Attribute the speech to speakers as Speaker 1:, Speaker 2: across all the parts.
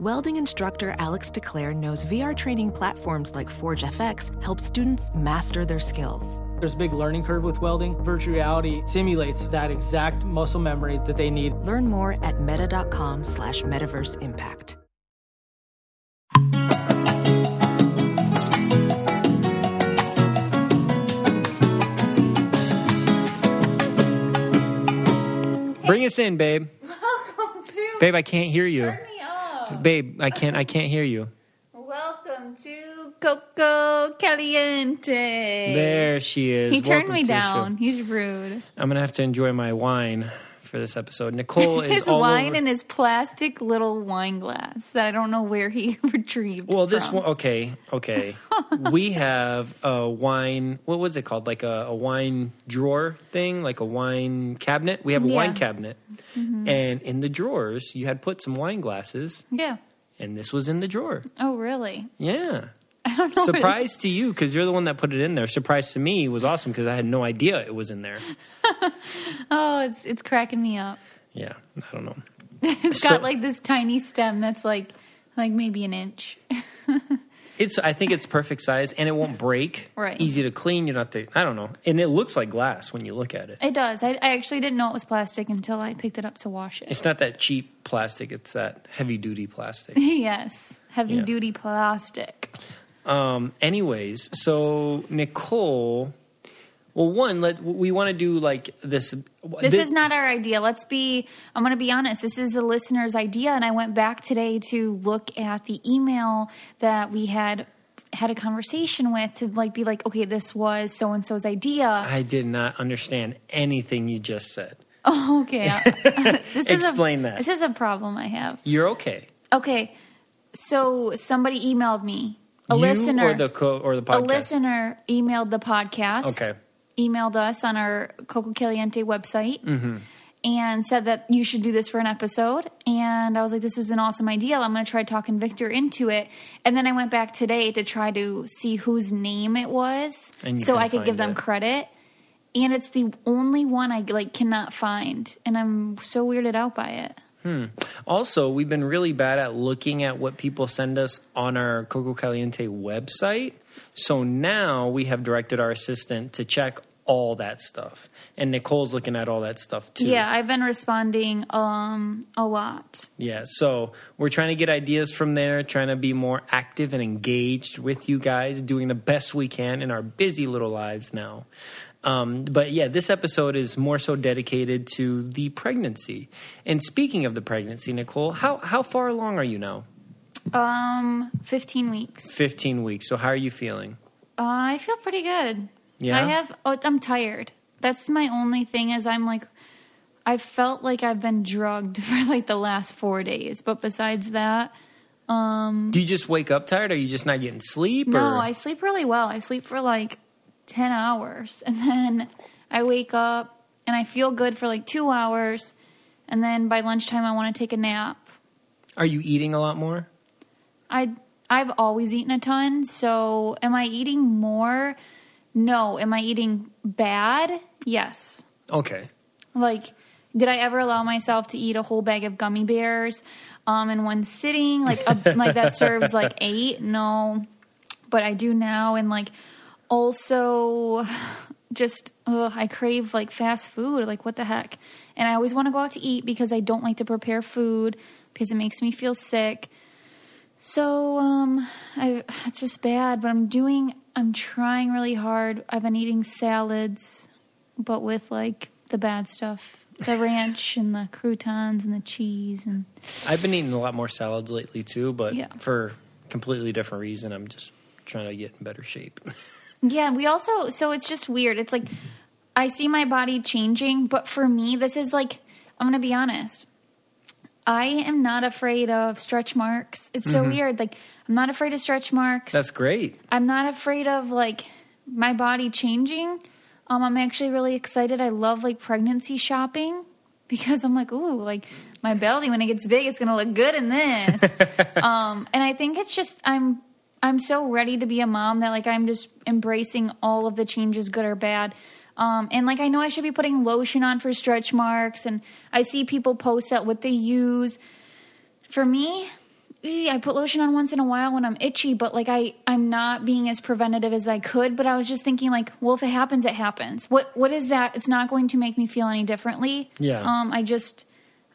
Speaker 1: Welding instructor Alex DeClaire knows VR training platforms like Forge FX help students master their skills.
Speaker 2: There's a big learning curve with welding. Virtual reality simulates that exact muscle memory that they need.
Speaker 1: Learn more at meta.com slash metaverse impact.
Speaker 3: Bring us in, babe.
Speaker 4: Welcome to.
Speaker 3: Babe, I can't hear you.
Speaker 4: Turn me up.
Speaker 3: Babe, I can't I can't hear you.
Speaker 4: Welcome to Coco Caliente.
Speaker 3: There she is.
Speaker 4: He turned
Speaker 3: Welcome
Speaker 4: me
Speaker 3: to the
Speaker 4: down.
Speaker 3: show.
Speaker 4: He's rude.
Speaker 3: I'm gonna have to enjoy my wine for this episode. Nicole is
Speaker 4: His
Speaker 3: all
Speaker 4: wine
Speaker 3: over-
Speaker 4: and his plastic little wine glass that I don't know where he retrieved.
Speaker 3: well, this
Speaker 4: from.
Speaker 3: one, oh. okay, okay. we have a wine. What was it called? Like a, a wine drawer thing, like a wine cabinet. We have a wine
Speaker 4: Yeah. Mm-hmm.
Speaker 3: cabinet, and in the drawers, you had put some wine glasses,
Speaker 4: Yeah.
Speaker 3: and this was in the drawer.
Speaker 4: Oh, really?
Speaker 3: Yeah,
Speaker 4: I don't know. where-
Speaker 3: surprise to you because you're the one that put it in there. Surprise to me was awesome because I had no idea it was in there.
Speaker 4: Oh, it's it's cracking me up.
Speaker 3: Yeah, I don't know.
Speaker 4: It's
Speaker 3: So-
Speaker 4: got like this tiny stem that's like like maybe an inch.
Speaker 3: It's I think it's perfect size and it won't break.
Speaker 4: Right.
Speaker 3: Easy to clean. You don't have to. I don't know. And it looks like glass when you look at it.
Speaker 4: It does. I, I actually didn't know it was plastic until I picked it up to wash it.
Speaker 3: It's not that cheap plastic. It's that heavy duty plastic.
Speaker 4: yes, heavy
Speaker 3: Yeah.
Speaker 4: duty plastic.
Speaker 3: Um, anyways, so Nicole. Well, one, let we want to do like this.
Speaker 4: This is not our idea. Let's be, I'm going to be honest. This is a listener's idea. And I went back today to look at the email that we had had a conversation with to like be like okay this was so and so's idea
Speaker 3: I did not understand anything you just said.
Speaker 4: oh okay this is
Speaker 3: Explain
Speaker 4: a,
Speaker 3: that.
Speaker 4: this is a problem i have
Speaker 3: You're okay.
Speaker 4: okay so somebody emailed me a
Speaker 3: you
Speaker 4: listener
Speaker 3: or the co- or the
Speaker 4: a
Speaker 3: podcast.
Speaker 4: listener emailed the podcast.
Speaker 3: Okay.
Speaker 4: Emailed us on our Coco Caliente website
Speaker 3: Mm-hmm.
Speaker 4: and said that you should do this for an episode. And I was like, this is an awesome idea. I'm going to try talking Victor into it. And then I went back today to try to see whose name it was
Speaker 3: And you
Speaker 4: so
Speaker 3: couldn't
Speaker 4: I could
Speaker 3: find
Speaker 4: give them
Speaker 3: it.
Speaker 4: credit. And it's the only one I like cannot find, and I'm so weirded out by it.
Speaker 3: Also, we've been really bad at looking at what people send us on our Coco Caliente website. So now we have directed our assistant to check all that stuff. And Nicole's looking at all that stuff too.
Speaker 4: Yeah, I've been responding um a lot.
Speaker 3: Yeah. So we're trying to get ideas from there, trying to be more active and engaged with you guys, doing the best we can in our busy little lives now. Um, but yeah, this episode is more so dedicated to the pregnancy. And speaking of the pregnancy, Nicole, how, how far along are you now?
Speaker 4: Um, 15 weeks.
Speaker 3: 15 weeks. So how are you feeling?
Speaker 4: Uh, I feel pretty good.
Speaker 3: Yeah?
Speaker 4: I have. Oh, I'm tired. That's my only thing. Is I'm like, I felt like I've been drugged for like the last four days. But besides that,
Speaker 3: Do you just wake up tired? Are you just not getting sleep?
Speaker 4: no,
Speaker 3: or?
Speaker 4: I sleep really well. I sleep for like ten hours, and then I wake up and I feel good for like two hours, and then by lunchtime I want to take a nap.
Speaker 3: Are you eating a lot more?
Speaker 4: I I've always eaten a ton, so am I eating more? No. Am I eating bad? Yes.
Speaker 3: Okay.
Speaker 4: Like, did I ever allow myself to eat a whole bag of gummy bears um, in one sitting? Like, a, like that serves like eight? No, but I do now. And like, also, just ugh, I crave like fast food. Like, what the heck? And I always want to go out to eat because I don't like to prepare food because it makes me feel sick. So um, I, it's just bad. But I'm doing. I'm trying really hard. I've been eating salads but with like the bad stuff the ranch and the croutons and the cheese and
Speaker 3: I've been eating a lot more salads lately too, but
Speaker 4: Yeah.
Speaker 3: for completely different reason. I'm just trying to get in better shape.
Speaker 4: yeah we also so it's just weird it's like i see my body changing but for me this is like i'm gonna be honest I am not afraid of stretch marks. It's so weird. Like I'm not afraid of stretch marks.
Speaker 3: That's great.
Speaker 4: I'm not afraid of like my body changing. Um, I'm actually really excited. I love like pregnancy shopping because I'm like, ooh, like my belly when it gets big, it's gonna look good in this. um, and I think it's just I'm I'm so ready to be a mom that like I'm just embracing all of the changes, good or bad. Um, and like I know I should be putting lotion on for stretch marks, and I see people post that what they use. For me, eh, I put lotion on once in a while when I'm itchy, but like I I'm not being as preventative as I could. But I was just thinking like, well, if it happens, it happens. What what is that? It's not going to make me feel any differently.
Speaker 3: Yeah.
Speaker 4: Um. I just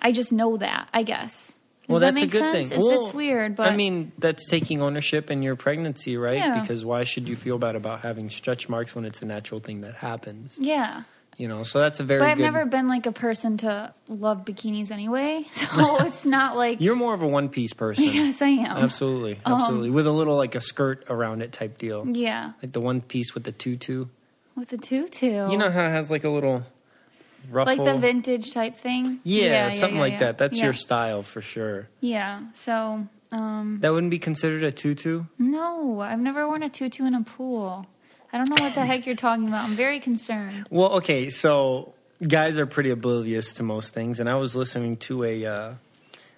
Speaker 4: I just know that. I guess. Does
Speaker 3: well,
Speaker 4: that
Speaker 3: that's
Speaker 4: make
Speaker 3: a good
Speaker 4: sense?
Speaker 3: thing.
Speaker 4: It's,
Speaker 3: Well,
Speaker 4: it's weird, but
Speaker 3: I mean, that's taking ownership in your pregnancy, right?
Speaker 4: Yeah.
Speaker 3: Because why should you feel bad about having stretch marks when it's a natural thing that happens?
Speaker 4: yeah.
Speaker 3: You know, so that's a very
Speaker 4: But I've
Speaker 3: good.
Speaker 4: never been like a person to love bikinis anyway, so it's not like
Speaker 3: You're more of a one piece person.
Speaker 4: yes, Um, I am.
Speaker 3: Absolutely, absolutely, with a little like a skirt around it type deal,
Speaker 4: Yeah,
Speaker 3: like the one piece with the tutu.
Speaker 4: with the tutu.
Speaker 3: You know how it has like a little ruffle,
Speaker 4: like the vintage type thing.
Speaker 3: yeah, something
Speaker 4: yeah,
Speaker 3: like
Speaker 4: yeah.
Speaker 3: that. That's
Speaker 4: Yeah.
Speaker 3: your style for sure.
Speaker 4: Yeah. So um,
Speaker 3: That wouldn't be considered a tutu.
Speaker 4: no, I've never worn a tutu in a pool. I don't know what the heck you're talking about. I'm very concerned.
Speaker 3: Well, okay, so guys are pretty oblivious to most things, and I was listening to a, uh,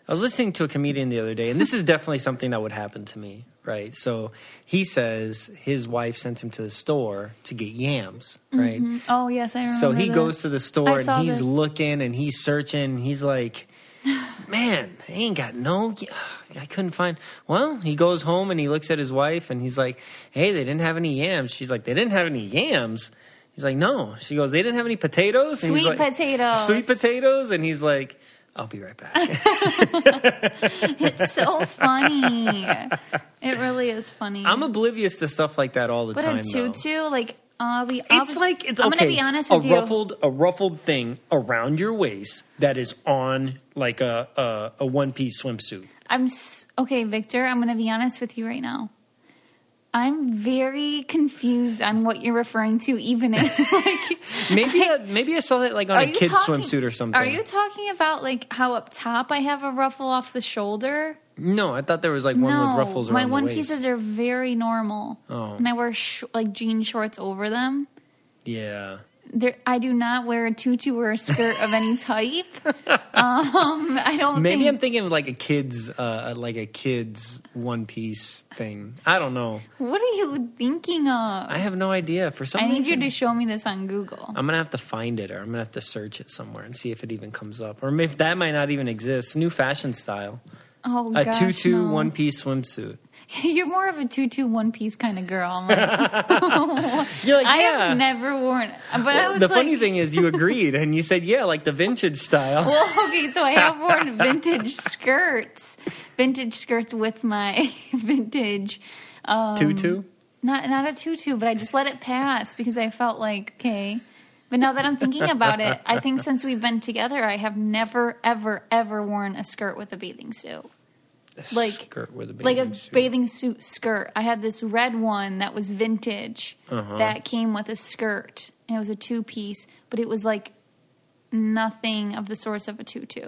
Speaker 3: I was listening to a comedian the other day, and this is definitely something that would happen to me, right? So he says his wife sent him to the store to get yams, right?
Speaker 4: Oh yes, I remember.
Speaker 3: So he
Speaker 4: this.
Speaker 3: goes to the
Speaker 4: I
Speaker 3: store
Speaker 4: saw
Speaker 3: and he's
Speaker 4: this.
Speaker 3: looking and he's searching. He's like, man, I ain't got no. I couldn't find. Well, he goes home and he looks at his wife and he's like, hey, they didn't have any yams. She's like, they didn't have any yams. He's like, no. She goes, they didn't have any potatoes. And he's
Speaker 4: Sweet
Speaker 3: like,
Speaker 4: potatoes.
Speaker 3: Sweet potatoes. And he's like, I'll be right back.
Speaker 4: It's so funny. it really is funny.
Speaker 3: I'm oblivious to stuff like that all the
Speaker 4: but
Speaker 3: time.
Speaker 4: a
Speaker 3: though.
Speaker 4: tutu, like I'll be. I'll
Speaker 3: It's
Speaker 4: be-
Speaker 3: like it's
Speaker 4: I'm
Speaker 3: okay,
Speaker 4: gonna be honest
Speaker 3: a
Speaker 4: with you.
Speaker 3: ruffled a ruffled thing around your waist that is on like a a, a one piece swimsuit.
Speaker 4: I'm s- okay, Victor. I'm going to be honest with you right now. I'm very confused on what you're referring to. Even if, like,
Speaker 3: Maybe I, maybe I saw that like on
Speaker 4: are
Speaker 3: a
Speaker 4: you
Speaker 3: kid's
Speaker 4: talking-
Speaker 3: swimsuit or something.
Speaker 4: Are you talking about like how up top I have a ruffle off the shoulder?
Speaker 3: no, I thought there was like one
Speaker 4: no,
Speaker 3: with ruffles
Speaker 4: my
Speaker 3: around
Speaker 4: one
Speaker 3: the waist.
Speaker 4: pieces are very normal, oh. and I wear sh- like jean shorts over them.
Speaker 3: yeah.
Speaker 4: There, I do not wear a tutu or a skirt of any type. um, I don't.
Speaker 3: Maybe
Speaker 4: think,
Speaker 3: I'm thinking of like a kid's uh, like a kid's one piece thing. I don't know.
Speaker 4: What are you thinking of?
Speaker 3: I have no idea. For some
Speaker 4: I need you
Speaker 3: reason,
Speaker 4: to show me this on Google.
Speaker 3: I'm gonna have to find it, or I'm gonna have to search it somewhere and see if it even comes up, or if that might not even exist. New fashion style.
Speaker 4: Oh,
Speaker 3: a
Speaker 4: gosh,
Speaker 3: tutu
Speaker 4: no.
Speaker 3: one piece swimsuit.
Speaker 4: You're more of a tutu one piece kind of girl. I'm like,
Speaker 3: You're like,
Speaker 4: I
Speaker 3: yeah.
Speaker 4: have never worn it. But I was
Speaker 3: the
Speaker 4: like,
Speaker 3: funny thing is, you agreed and you said, yeah, like the vintage style.
Speaker 4: well, okay, so I have worn vintage skirts, vintage skirts with my vintage, um,
Speaker 3: Tutu.
Speaker 4: not not a tutu, but I just let it pass because I felt like okay. But now that I'm thinking about it, I think since we've been together, I have never, ever, ever worn a skirt with a bathing suit. Like
Speaker 3: skirt with a
Speaker 4: like
Speaker 3: bathing
Speaker 4: a
Speaker 3: suit.
Speaker 4: bathing suit skirt. I had this red one that was vintage
Speaker 3: Uh-huh.
Speaker 4: that came with a skirt, and it was a two piece, but it was like nothing of the source of a tutu.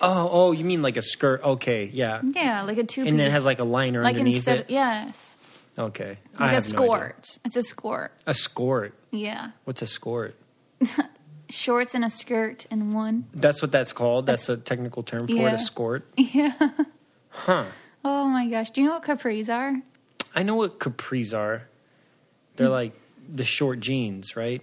Speaker 3: Oh, oh, you mean like a skirt? Okay, yeah.
Speaker 4: Yeah, like a two.
Speaker 3: And then it has like a liner underneath it.
Speaker 4: yes,
Speaker 3: Okay, I
Speaker 4: like a
Speaker 3: have no idea.
Speaker 4: skort. it's a skort.
Speaker 3: a skort.
Speaker 4: Yeah,
Speaker 3: What's a skort?
Speaker 4: shorts and a skirt in one.
Speaker 3: That's what that's called. That's a technical term for it.
Speaker 4: yeah.
Speaker 3: A skort.
Speaker 4: Yeah.
Speaker 3: Huh.
Speaker 4: Oh my gosh, do you know what capris are?
Speaker 3: I know what capris are. They're
Speaker 4: Mm.
Speaker 3: like the short jeans, right?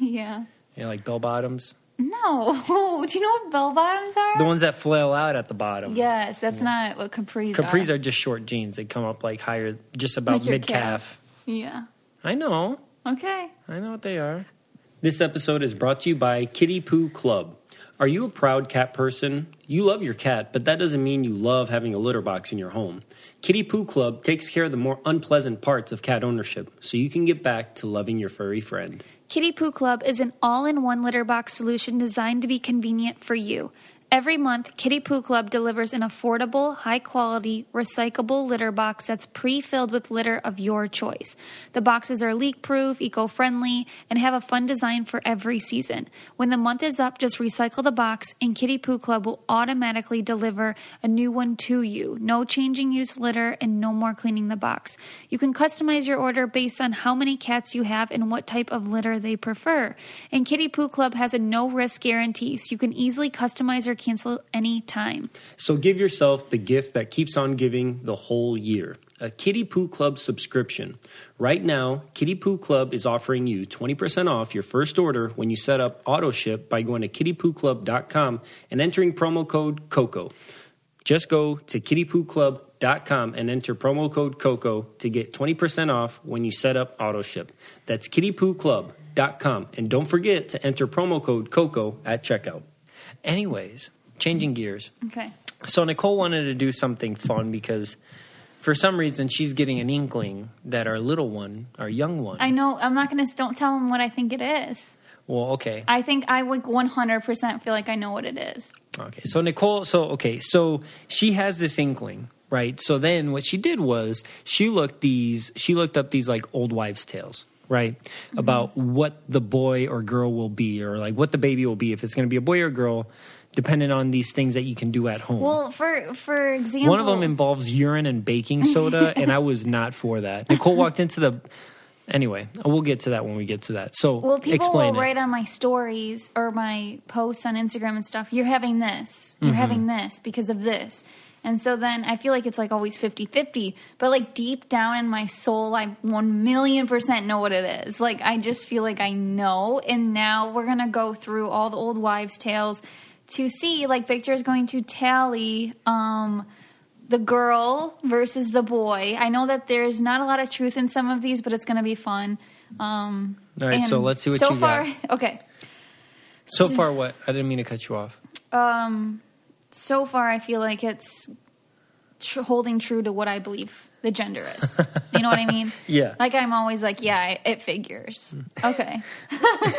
Speaker 4: yeah.
Speaker 3: You know, like bell bottoms.
Speaker 4: No. do you know what bell bottoms are?
Speaker 3: The ones that flail out at the bottom.
Speaker 4: yes, that's not what capris,
Speaker 3: Capris are just short jeans. They come up like higher, just about
Speaker 4: Like your
Speaker 3: mid calf.
Speaker 4: Yeah.
Speaker 3: I know.
Speaker 4: Okay.
Speaker 3: I know what they are. This episode is brought to you by Kitty Poo Club. Are you a proud cat person? You love your cat, but that doesn't mean you love having a litter box in your home. Kitty Poo Club takes care of the more unpleasant parts of cat ownership so you can get back to loving your furry friend.
Speaker 4: Kitty Poo Club is an all in one litter box solution designed to be convenient for you. Every month, Kitty Poo Club delivers an affordable, high quality, recyclable litter box that's pre filled with litter of your choice. The boxes are leak proof, eco friendly, and have a fun design for every season. When the month is up, just recycle the box, and Kitty Poo Club will automatically deliver a new one to you. No changing use litter and no more cleaning the box. You can customize your order based on how many cats you have and what type of litter they prefer. And Kitty Poo Club has a no risk guarantee, so you can easily customize or cancel any time.
Speaker 5: So give yourself the gift that keeps on giving the whole year a Kitty Poo Club subscription. Right now, Kitty Poo Club is offering you 20% off your first order when you set up auto ship by going to kittypooclub.com and entering promo code COCO. Just go to kittypooclub.com and enter promo code COCO to get 20% off when you set up auto ship. That's kittypooclub.com. And don't forget to enter promo code COCO at checkout.
Speaker 3: Anyways, changing gears.
Speaker 4: Okay.
Speaker 3: So Nicole wanted to do something fun because for some reason she's getting an inkling that our little one, our young one.
Speaker 4: I know, I'm not going to, don't tell them what I think it is.
Speaker 3: well, okay.
Speaker 4: I think I would 100% feel like I know what it is.
Speaker 3: Okay. So Nicole, so okay, so she has this inkling, right? So then what she did was she looked these she looked up these like old wives tales, right?
Speaker 4: Mm-hmm.
Speaker 3: About what the boy or girl will be or like what the baby will be if it's going to be a boy or girl depending on these things that you can do at home.
Speaker 4: Well, for for example,
Speaker 3: One of them involves urine and baking soda, and I was not for that. Nicole walked into the. Anyway, we'll get to that when we get to that. So,
Speaker 4: Well, people
Speaker 3: explain
Speaker 4: will
Speaker 3: it.
Speaker 4: write on my stories or my posts on Instagram and stuff, you're having this, you're
Speaker 3: Mm-hmm.
Speaker 4: having this because of this. And so then I feel like it's like always 50 50. But like deep down in my soul, I 1 million percent know what it is. Like I just feel like I know. And now we're going to go through all the old wives' tales to see, like, Victor's going to tally. Um, the girl versus the boy. I know that there's not a lot of truth in some of these, but it's going to be fun. Um,
Speaker 3: All right, so
Speaker 4: and
Speaker 3: let's see what
Speaker 4: so
Speaker 3: you
Speaker 4: far,
Speaker 3: got.
Speaker 4: Okay,
Speaker 3: so far, what? I didn't mean to cut you off.
Speaker 4: um, so far I feel like it's tr- holding true to what I believe the gender is. You know what I mean?
Speaker 3: Yeah. Mm.
Speaker 4: Like I'm always like, yeah, it- it figures. Okay.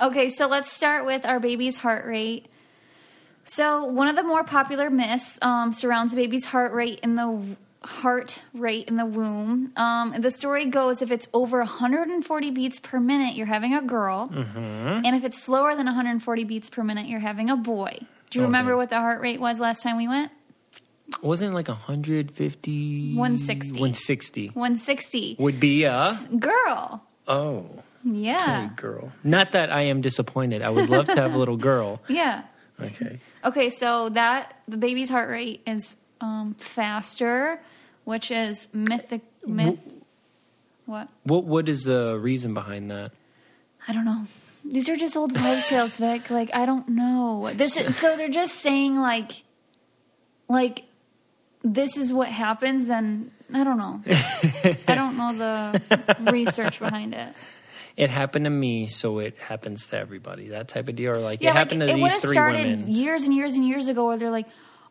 Speaker 4: okay, so let's start with our baby's heart rate. So one of the more popular myths um, surrounds a baby's heart rate in the heart rate in the womb. Um, the story goes if it's over 140 beats per minute, you're having a girl, and if it's slower than 140 beats per minute, you're having a boy. Do you remember
Speaker 3: Okay.
Speaker 4: what the heart rate was last time we went?
Speaker 3: Wasn't it like 150?
Speaker 4: 160.
Speaker 3: 160.
Speaker 4: 160.
Speaker 3: Would be a.
Speaker 4: Girl.
Speaker 3: Oh,
Speaker 4: Yeah.
Speaker 3: pretty girl. Not that I am disappointed. I would love to have a little girl.
Speaker 4: Yeah.
Speaker 3: Okay.
Speaker 4: Okay, so that the baby's heart rate is um, faster, which is mythic myth. What?
Speaker 3: What What is the reason behind that?
Speaker 4: I don't know. These are just old wives' tales, Vic. Like I don't know. This is, so they're just saying like, like this is what happens, and I don't know. I don't know the research behind it.
Speaker 3: It happened to me, so it happens to everybody. That type of deal. Or like, it
Speaker 4: like,
Speaker 3: happened to
Speaker 4: would
Speaker 3: these
Speaker 4: have
Speaker 3: three
Speaker 4: started
Speaker 3: women.
Speaker 4: years and years and years ago where they're like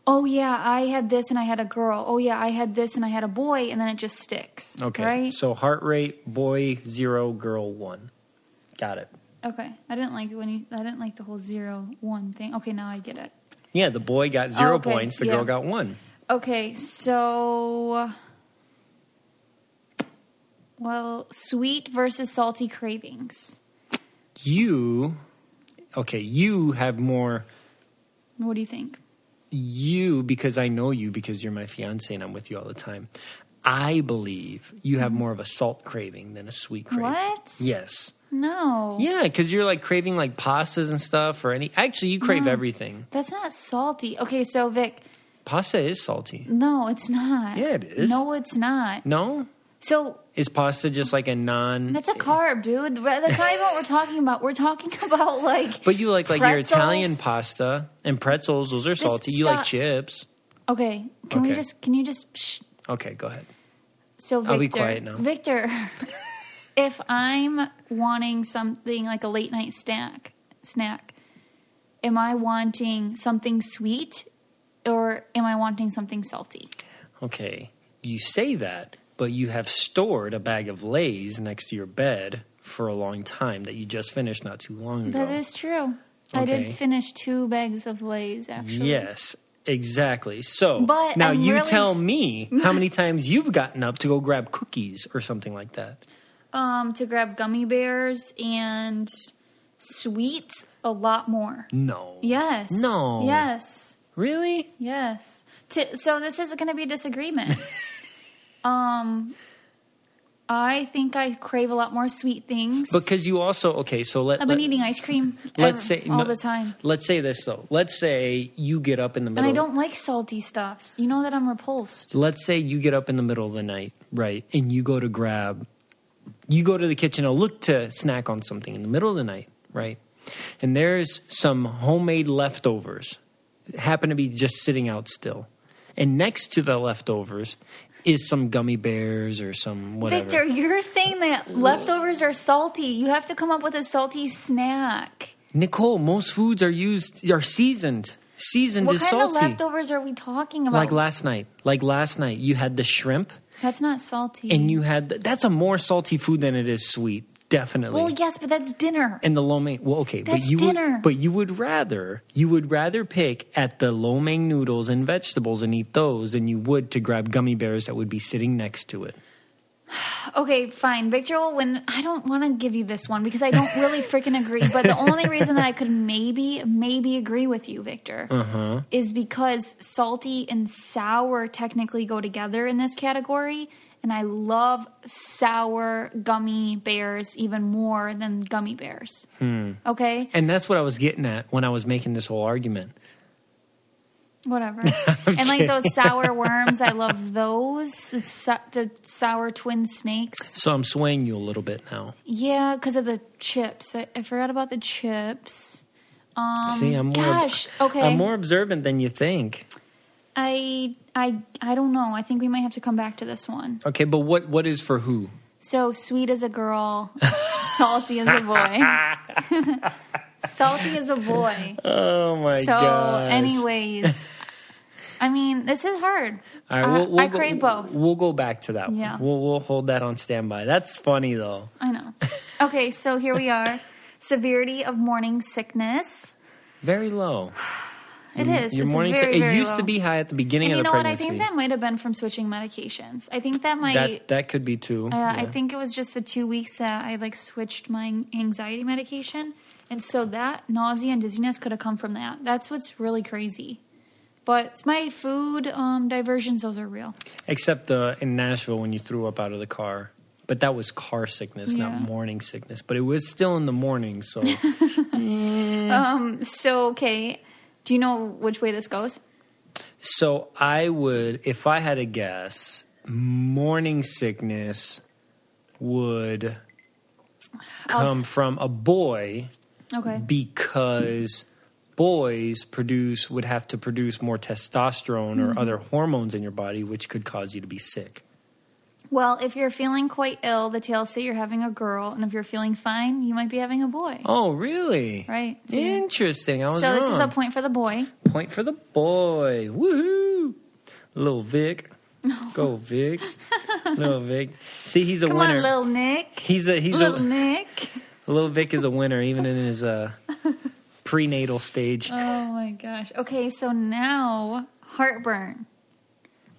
Speaker 4: oh yeah i had this and i had a girl oh yeah i had this and i had a boy and then it just sticks
Speaker 3: Okay.
Speaker 4: right
Speaker 3: So heart rate, boy zero, girl one. Got it.
Speaker 4: okay i didn't like when you i didn't like the whole zero one thing okay now i get it
Speaker 3: Yeah, the boy got zero
Speaker 4: okay,
Speaker 3: points, the
Speaker 4: yeah.
Speaker 3: girl got one.
Speaker 4: okay so well sweet versus salty cravings
Speaker 3: You, okay, you have more.
Speaker 4: what do you think
Speaker 3: You, because I know you, because you're my fiance and I'm with you all the time. I believe you have more of a salt craving than a sweet craving.
Speaker 4: Mm-hmm. What?
Speaker 3: Yes.
Speaker 4: no
Speaker 3: Yeah, because you're like craving like pastas and stuff or any. Actually, you crave everything.
Speaker 4: that's not salty okay so vic
Speaker 3: Pasta is salty.
Speaker 4: no it's not
Speaker 3: Yeah, it is.
Speaker 4: no it's not
Speaker 3: No?
Speaker 4: so
Speaker 3: Is pasta just like a non.
Speaker 4: That's a carb, dude. But That's not even what we're talking about. We're talking about like.
Speaker 3: But you like like your
Speaker 4: pretzels.
Speaker 3: Italian pasta and pretzels; those are salty. You like
Speaker 4: stop.
Speaker 3: chips.
Speaker 4: Okay, can we
Speaker 3: Okay.
Speaker 4: just? Can you just? Shh.
Speaker 3: Okay, go ahead.
Speaker 4: So Victor,
Speaker 3: I'll be quiet now.
Speaker 4: Victor, if I'm wanting something like a late night snack, snack, am I wanting something sweet, or am I wanting something salty?
Speaker 3: Okay, you say that, but you have stored a bag of Lay's next to your bed for a long time that you just finished not too long ago.
Speaker 4: That is true. I did
Speaker 3: Okay.
Speaker 4: finish two bags of Lay's actually.
Speaker 3: Yes, exactly. So
Speaker 4: But
Speaker 3: now
Speaker 4: I'm
Speaker 3: you
Speaker 4: really-
Speaker 3: tell me how many times you've gotten up to go grab cookies or something like that.
Speaker 4: Um, to grab gummy bears and sweets a lot more.
Speaker 3: No.
Speaker 4: Yes.
Speaker 3: No.
Speaker 4: Yes.
Speaker 3: Really?
Speaker 4: Yes. To, so this is going to be a disagreement. um, I think I crave a lot more sweet things.
Speaker 3: Because you also okay. So let,
Speaker 4: I've been
Speaker 3: let
Speaker 4: eating ice cream.
Speaker 3: let's
Speaker 4: ever-
Speaker 3: say
Speaker 4: all
Speaker 3: no,
Speaker 4: the time,
Speaker 3: Let's say this though. Let's say you get up in the
Speaker 4: and
Speaker 3: middle.
Speaker 4: I don't like salty stuff. You know that I'm repulsed.
Speaker 3: Let's say you get up in the middle of the night, right? And you go to grab, you go to the kitchen to look to snack on something in the middle of the night, right? And there's some homemade leftovers, happen to be just sitting out still. And next to the leftovers is some gummy bears or some whatever.
Speaker 4: Victor, you're saying that leftovers are salty. You have to come up with a salty snack.
Speaker 3: Nicole, most foods are used are seasoned. Seasoned
Speaker 4: What
Speaker 3: is
Speaker 4: kind
Speaker 3: salty.
Speaker 4: of leftovers are we talking about?
Speaker 3: like last night. Like last night, you had the shrimp
Speaker 4: That's not salty.
Speaker 3: and you had that's a more salty food than it is sweet. Definitely.
Speaker 4: Well, yes, but that's dinner.
Speaker 3: and the lo mein. Well, okay, but
Speaker 4: That's
Speaker 3: you
Speaker 4: dinner.
Speaker 3: would, but you would rather you would rather pick at the lo mein noodles and vegetables and eat those than you would to grab gummy bears that would be sitting next to it.
Speaker 4: Okay, fine. Victor will win. I don't want to give you this one because I don't really freaking agree. But the only reason that I could maybe, maybe agree with you, Victor, is because salty and sour technically go together in this category. And I love sour gummy bears even more than gummy bears. Okay?
Speaker 3: And that's what I was getting at when I was making this whole argument.
Speaker 4: Whatever. and like those sour worms, I love those. The, sou- the sour twin snakes.
Speaker 3: So I'm swaying you a little bit now.
Speaker 4: Yeah, because of the chips. I, I forgot about the chips. Um,
Speaker 3: See, I'm more
Speaker 4: gosh. okay.
Speaker 3: I'm more observant than you think.
Speaker 4: I I I don't know. I think we might have to come back to this one.
Speaker 3: Okay, but what what is for who?
Speaker 4: So sweet as a girl, salty as a boy. salty as a boy.
Speaker 3: Oh my
Speaker 4: so,
Speaker 3: gosh.
Speaker 4: anyways, I mean, this is hard.
Speaker 3: All right,
Speaker 4: I-
Speaker 3: we'll, we'll
Speaker 4: I
Speaker 3: go-
Speaker 4: crave both.
Speaker 3: We'll go back to that.
Speaker 4: Yeah.
Speaker 3: one. We'll we'll hold that on standby. That's funny though.
Speaker 4: I know. Okay, so here we are. Severity of morning sickness.
Speaker 3: Very low.
Speaker 4: It is.
Speaker 3: Mm, Your
Speaker 4: it's
Speaker 3: morning.
Speaker 4: very,
Speaker 3: it
Speaker 4: very
Speaker 3: used to
Speaker 4: low.
Speaker 3: be high at the beginning
Speaker 4: And
Speaker 3: of
Speaker 4: you
Speaker 3: the
Speaker 4: know what? I
Speaker 3: pregnancy.
Speaker 4: think that might have been from switching medications. I think that might.
Speaker 3: that that could be too.
Speaker 4: uh, I
Speaker 3: yeah.
Speaker 4: think it was just the two weeks that I like switched my an- anxiety medication, and so that nausea and dizziness could have come from that. That's what's really crazy. But my food um, diversions; those are real.
Speaker 3: Except the in Nashville when you threw up out of the car. But that was car sickness,
Speaker 4: Yeah.
Speaker 3: not morning sickness. But it was still in the morning, so Mm.
Speaker 4: Um, So okay, do you know which way this goes?
Speaker 3: so I would if I had a guess, morning sickness would
Speaker 4: I'll-
Speaker 3: come from a boy
Speaker 4: Okay.
Speaker 3: because boys produce would have to produce more testosterone
Speaker 4: Mm-hmm.
Speaker 3: or other hormones in your body which could cause you to be sick
Speaker 4: Well, if you're feeling quite ill, the tales say you're having a girl, and if you're feeling fine, you might be having a boy.
Speaker 3: oh really
Speaker 4: Right. See?
Speaker 3: interesting i was
Speaker 4: So this is a
Speaker 3: wrong.
Speaker 4: point for the boy.
Speaker 3: point for the boy woohoo little vic go vic little vic see he's a
Speaker 4: Come
Speaker 3: winner
Speaker 4: on, little Nick.
Speaker 3: he's a he's
Speaker 4: little
Speaker 3: a
Speaker 4: Nick.
Speaker 3: little vic is a winner even in his uh prenatal stage
Speaker 4: Oh my gosh. Okay, so now heartburn.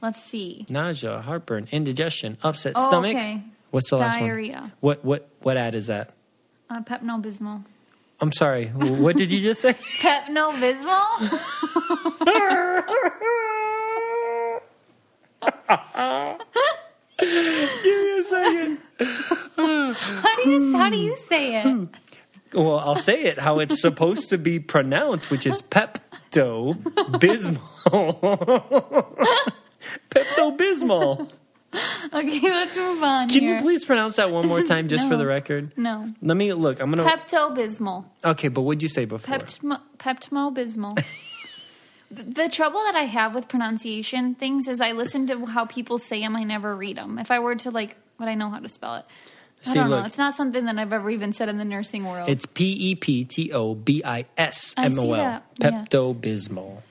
Speaker 4: Let's see.
Speaker 3: nausea heartburn indigestion upset
Speaker 4: Oh,
Speaker 3: stomach
Speaker 4: okay.
Speaker 3: what's the last one
Speaker 4: Diarrhea.
Speaker 3: what what what ad is that
Speaker 4: Uh, Pepto Bismol.
Speaker 3: I'm sorry. wh- What did you just say?
Speaker 4: Pepto Bismol? How do you how do you say
Speaker 3: Hmm.
Speaker 4: it?
Speaker 3: Well, I'll say it how it's supposed to be pronounced, which is Pepto Bismol. Pepto Bismol.
Speaker 4: Okay, let's move on
Speaker 3: Can
Speaker 4: here.
Speaker 3: you please pronounce that one more time, just for
Speaker 4: No.
Speaker 3: the record?
Speaker 4: No.
Speaker 3: Let me look. I'm gonna.
Speaker 4: Pepto Bismol.
Speaker 3: okay, but what'd you say before?
Speaker 4: Peptmo Bismol. The trouble that I have with pronunciation things is I listen to how people say them, I never read them. If I were to like, would I know how to spell it? I
Speaker 3: See,
Speaker 4: don't know.
Speaker 3: look.
Speaker 4: It's not something that I've ever even said in the nursing world.
Speaker 3: It's P E P T O B I S M
Speaker 4: I see
Speaker 3: O L.
Speaker 4: that, yeah.
Speaker 3: Pepto Bismol.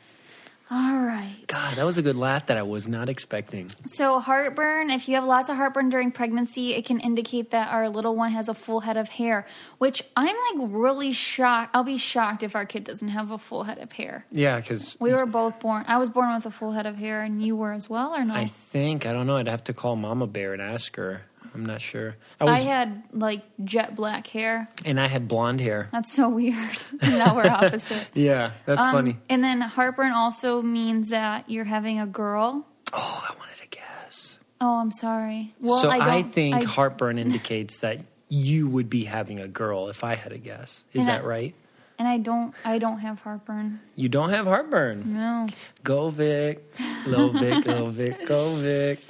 Speaker 4: All right.
Speaker 3: God, Ah, that was a good laugh that I was not expecting.
Speaker 4: So, heartburn, if you have lots of heartburn during pregnancy, it can indicate that our little one has a full head of hair, which I'm like really shocked. I'll be shocked if our kid doesn't have a full head of hair.
Speaker 3: Yeah, because
Speaker 4: We were both born, I was born with a full head of hair, and you were as well, or no?
Speaker 3: I
Speaker 4: I,
Speaker 3: think I don't know. I'd have to call Mama Bear and ask her. I'm not sure. I was,
Speaker 4: had like jet black hair.
Speaker 3: and I had blonde hair.
Speaker 4: That's so weird. now we're opposite.
Speaker 3: Yeah, that's
Speaker 4: Um,
Speaker 3: funny.
Speaker 4: And then heartburn also means that you're having a girl.
Speaker 3: Oh, I wanted to guess.
Speaker 4: Oh, I'm sorry. Well,
Speaker 3: so I,
Speaker 4: don't-
Speaker 3: think
Speaker 4: I-
Speaker 3: heartburn indicates that you would be having a girl if I had a guess. Is
Speaker 4: And I-
Speaker 3: that right?
Speaker 4: and I don't, I don't have heartburn.
Speaker 3: You don't have heartburn.
Speaker 4: No.
Speaker 3: Go Vic, Lil Vic, Lil Vic, go Vic.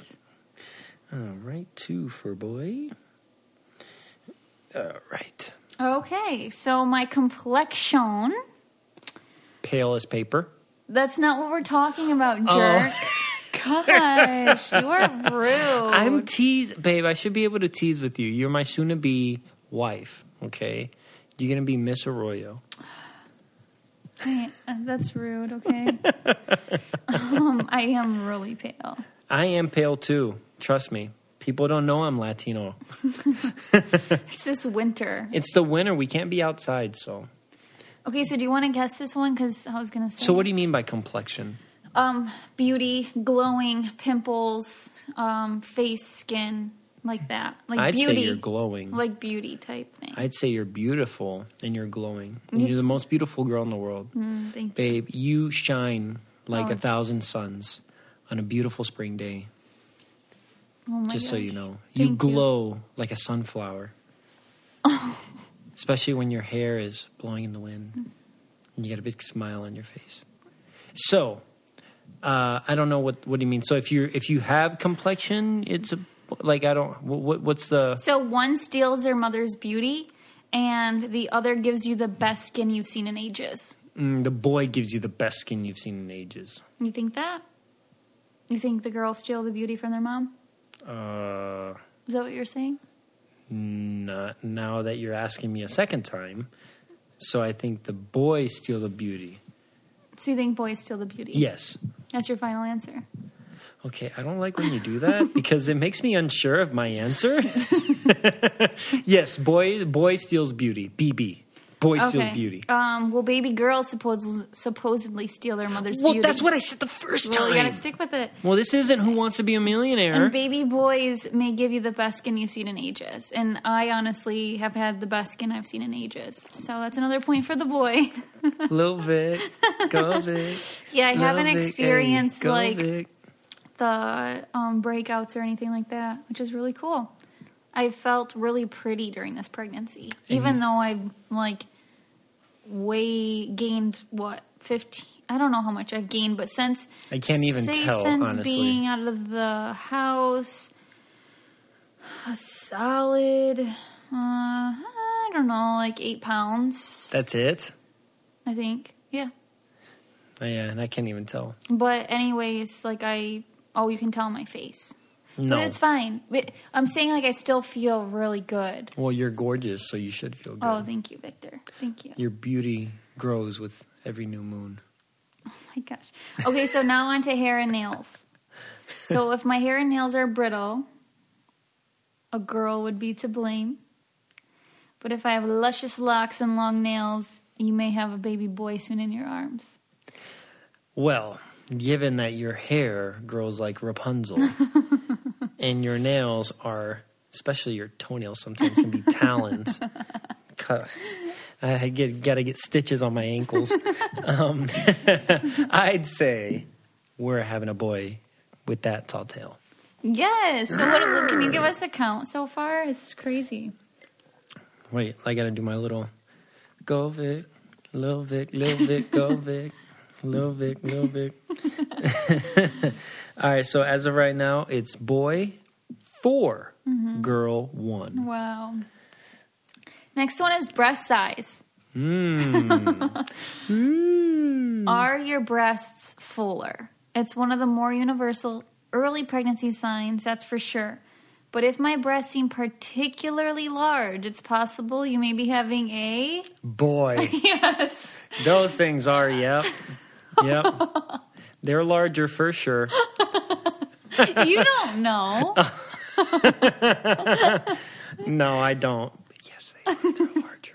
Speaker 3: All right, two for boy. All right,
Speaker 4: Okay, so my complexion.
Speaker 3: pale as paper.
Speaker 4: That's not what we're talking about,
Speaker 3: Oh.
Speaker 4: jerk. Gosh, you are rude.
Speaker 3: I'm tease, babe. I should be able to tease with you. You're my soon-to-be wife. Okay, you're gonna be Miss Arroyo.
Speaker 4: Wait, uh, That's rude, okay? um, I am really pale.
Speaker 3: I am pale too. Trust me. People don't know I'm Latino.
Speaker 4: It's this winter.
Speaker 3: It's the winter. We can't be outside, so.
Speaker 4: Okay, so do you want to guess this one? Because I was going to say.
Speaker 3: So, what do you mean by complexion?
Speaker 4: Um, beauty, glowing, pimples, um, face, skin, like that. Like
Speaker 3: I'd
Speaker 4: beauty.
Speaker 3: say you're glowing.
Speaker 4: Like beauty type thing.
Speaker 3: I'd say you're beautiful and you're glowing. And you're
Speaker 4: Yes. Mm.
Speaker 3: the most beautiful girl in the world.
Speaker 4: Thank you.
Speaker 3: Babe, you shine like
Speaker 4: Oh,
Speaker 3: a thousand suns on a beautiful spring day,
Speaker 4: Oh my
Speaker 3: just so
Speaker 4: gosh.
Speaker 3: you know. you
Speaker 4: Thank you. Oh.
Speaker 3: glow like a sunflower. Especially when your hair is blowing in the
Speaker 4: Hmm.
Speaker 3: wind and you got a big smile on your face. So, uh, I don't know what what do you mean. So if you if you have complexion, it's a, like I don't what- what what's the
Speaker 4: So one steals their mother's beauty, and the other gives you the best skin you've seen in ages.
Speaker 3: Mm, the boy gives you the best skin you've seen in ages.
Speaker 4: You think that? You think the girls steal the beauty from their mom?
Speaker 3: Uh,
Speaker 4: Is that what you're saying?
Speaker 3: not now that you're asking me a second time. So I think the boy steal the beauty.
Speaker 4: So you think boys steal the beauty?
Speaker 3: Yes.
Speaker 4: That's your final answer.
Speaker 3: Okay, I don't like when you do that because it makes me unsure of my answer. yes, boy boy steals beauty. BB. Boy steals beauty.
Speaker 4: Um, well, baby girls suppos- supposedly steal their mother's
Speaker 3: well,
Speaker 4: beauty.
Speaker 3: that's what I said the first
Speaker 4: Well, you
Speaker 3: time.
Speaker 4: gotta stick with it.
Speaker 3: well, this isn't who wants to be a millionaire.
Speaker 4: And baby boys may give you the best skin you've seen in ages. And I honestly have had the best skin I've seen in ages. So that's another point for the boy.
Speaker 3: Little Vic, go Vic.
Speaker 4: yeah, I haven't
Speaker 3: Lil Vic, hey,
Speaker 4: experienced
Speaker 3: go
Speaker 4: like
Speaker 3: Vic.
Speaker 4: the um, breakouts or anything like that, which is really cool. I felt really pretty during this pregnancy, even though I like way gained what fifteen. I don't know how much I've gained, but since
Speaker 3: I can't even
Speaker 4: say
Speaker 3: tell,
Speaker 4: since
Speaker 3: honestly.
Speaker 4: being out of the house, a solid. Uh, I don't know, like eight pounds.
Speaker 3: That's it.
Speaker 4: I think, yeah.
Speaker 3: Oh, yeah, and I can't even tell.
Speaker 4: But anyways, like I, oh, you can tell my face.
Speaker 3: No.
Speaker 4: But it's fine. But I'm saying like I still feel really good.
Speaker 3: Well, you're gorgeous, so you should feel good.
Speaker 4: Oh, thank you, Victor. Thank you.
Speaker 3: Your beauty grows with every new moon.
Speaker 4: Oh my gosh. Okay, so now on to hair and nails. So if my hair and nails are brittle, a girl would be to blame. But if I have luscious locks and long nails, you may have a baby boy soon in your arms.
Speaker 3: Well, given that your hair grows like Rapunzel and your nails are, especially your toenails, sometimes can be talons. Cut. I get got to get stitches on my ankles. Um, I'd say we're having a boy with that tall tail.
Speaker 4: Yes. So what, what can you give us a count so far? It's crazy.
Speaker 3: Wait, I gotta do my little go Vic, Lil Vic, Lil Vic, go Vic, Lil Vic, Lil Vic. All right, so as of right now, it's boy 4
Speaker 4: Mm-hmm.
Speaker 3: girl one.
Speaker 4: Wow. Next one is breast size. Are your breasts fuller? It's one of the more universal early pregnancy signs, that's for sure. But if my breasts seem particularly large, it's possible you may be having a.
Speaker 3: Boy,
Speaker 4: Yes.
Speaker 3: those things are, yep. Yep. They're larger for sure.
Speaker 4: you don't know.
Speaker 3: No, I don't. But yes, they are. They're larger.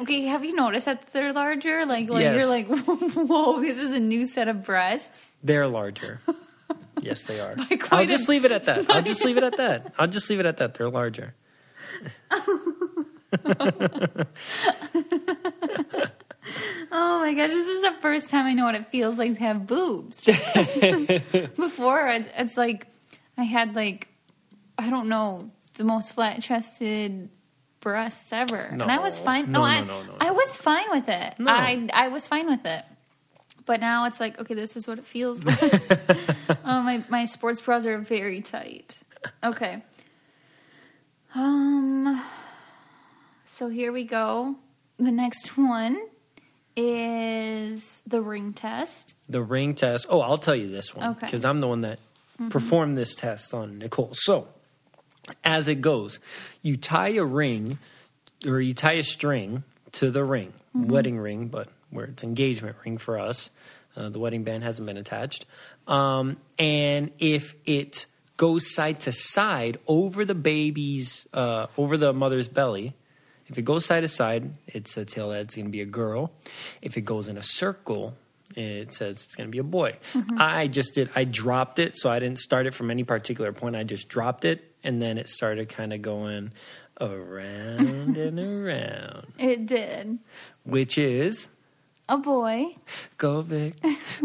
Speaker 4: Okay, have you noticed that they're larger? Like, like
Speaker 3: Yes.
Speaker 4: you're like, whoa, this is a new set of breasts.
Speaker 3: They're larger. Yes, they are.
Speaker 4: quite
Speaker 3: I'll
Speaker 4: a-
Speaker 3: just leave it at that. I'll just leave it at that. I'll just leave it at that. They're larger.
Speaker 4: Oh my gosh, this is the first time I know what it feels like to have boobs. Before, it- it's like I had like I don't know the most flat chested breasts ever, and I was
Speaker 3: No.
Speaker 4: fine.
Speaker 3: No,
Speaker 4: oh,
Speaker 3: no,
Speaker 4: I,
Speaker 3: no, no,
Speaker 4: I was fine with it.
Speaker 3: No.
Speaker 4: I I was fine with it. But now it's like okay, this is what it feels like. oh, my my sports bras are very tight. Okay. Um. So here we go. The next one is the ring test.
Speaker 3: The ring test. Oh, I'll tell you this one
Speaker 4: Okay.
Speaker 3: because I'm the one that performed this test on Nicole. So, as it goes, you tie a ring or you tie a string to the ring, wedding ring, but where it's engagement ring for us. Uh, the wedding band hasn't been attached. Um, and if it goes side to side over the baby's, uh, over the mother's belly, if it goes side to side, it's a tail that's going to be a girl. If it goes in a circle, it says it's going to be a boy.
Speaker 4: Mm-hmm.
Speaker 3: I just did, I dropped it, so I didn't start it from any particular point. I just dropped it, and then it started kind of going around and around,
Speaker 4: It did.
Speaker 3: which is
Speaker 4: A boy.
Speaker 3: go Vic,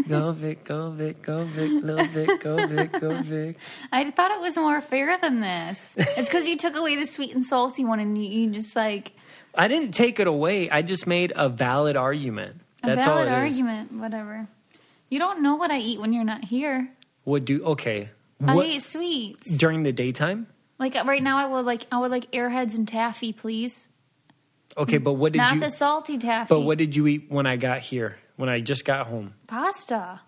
Speaker 3: go Vic, go Vic, go Vic, little Vic, go Vic, go Vic.
Speaker 4: I thought it was more fair than this. It's because you took away the sweet and salty one, and you, you just like
Speaker 3: I didn't take it away. I just made a valid argument.
Speaker 4: a
Speaker 3: That's
Speaker 4: valid
Speaker 3: all it is.
Speaker 4: argument, whatever. You don't know what I eat when you're not here.
Speaker 3: What do okay? What
Speaker 4: I eat sweets.
Speaker 3: during the daytime?
Speaker 4: like uh, right now, I would like I would like airheads and taffy, please.
Speaker 3: Okay, but what did
Speaker 4: Not
Speaker 3: you?
Speaker 4: the salty taffy.
Speaker 3: But what did you eat when I got here? When I just got home?
Speaker 4: pasta?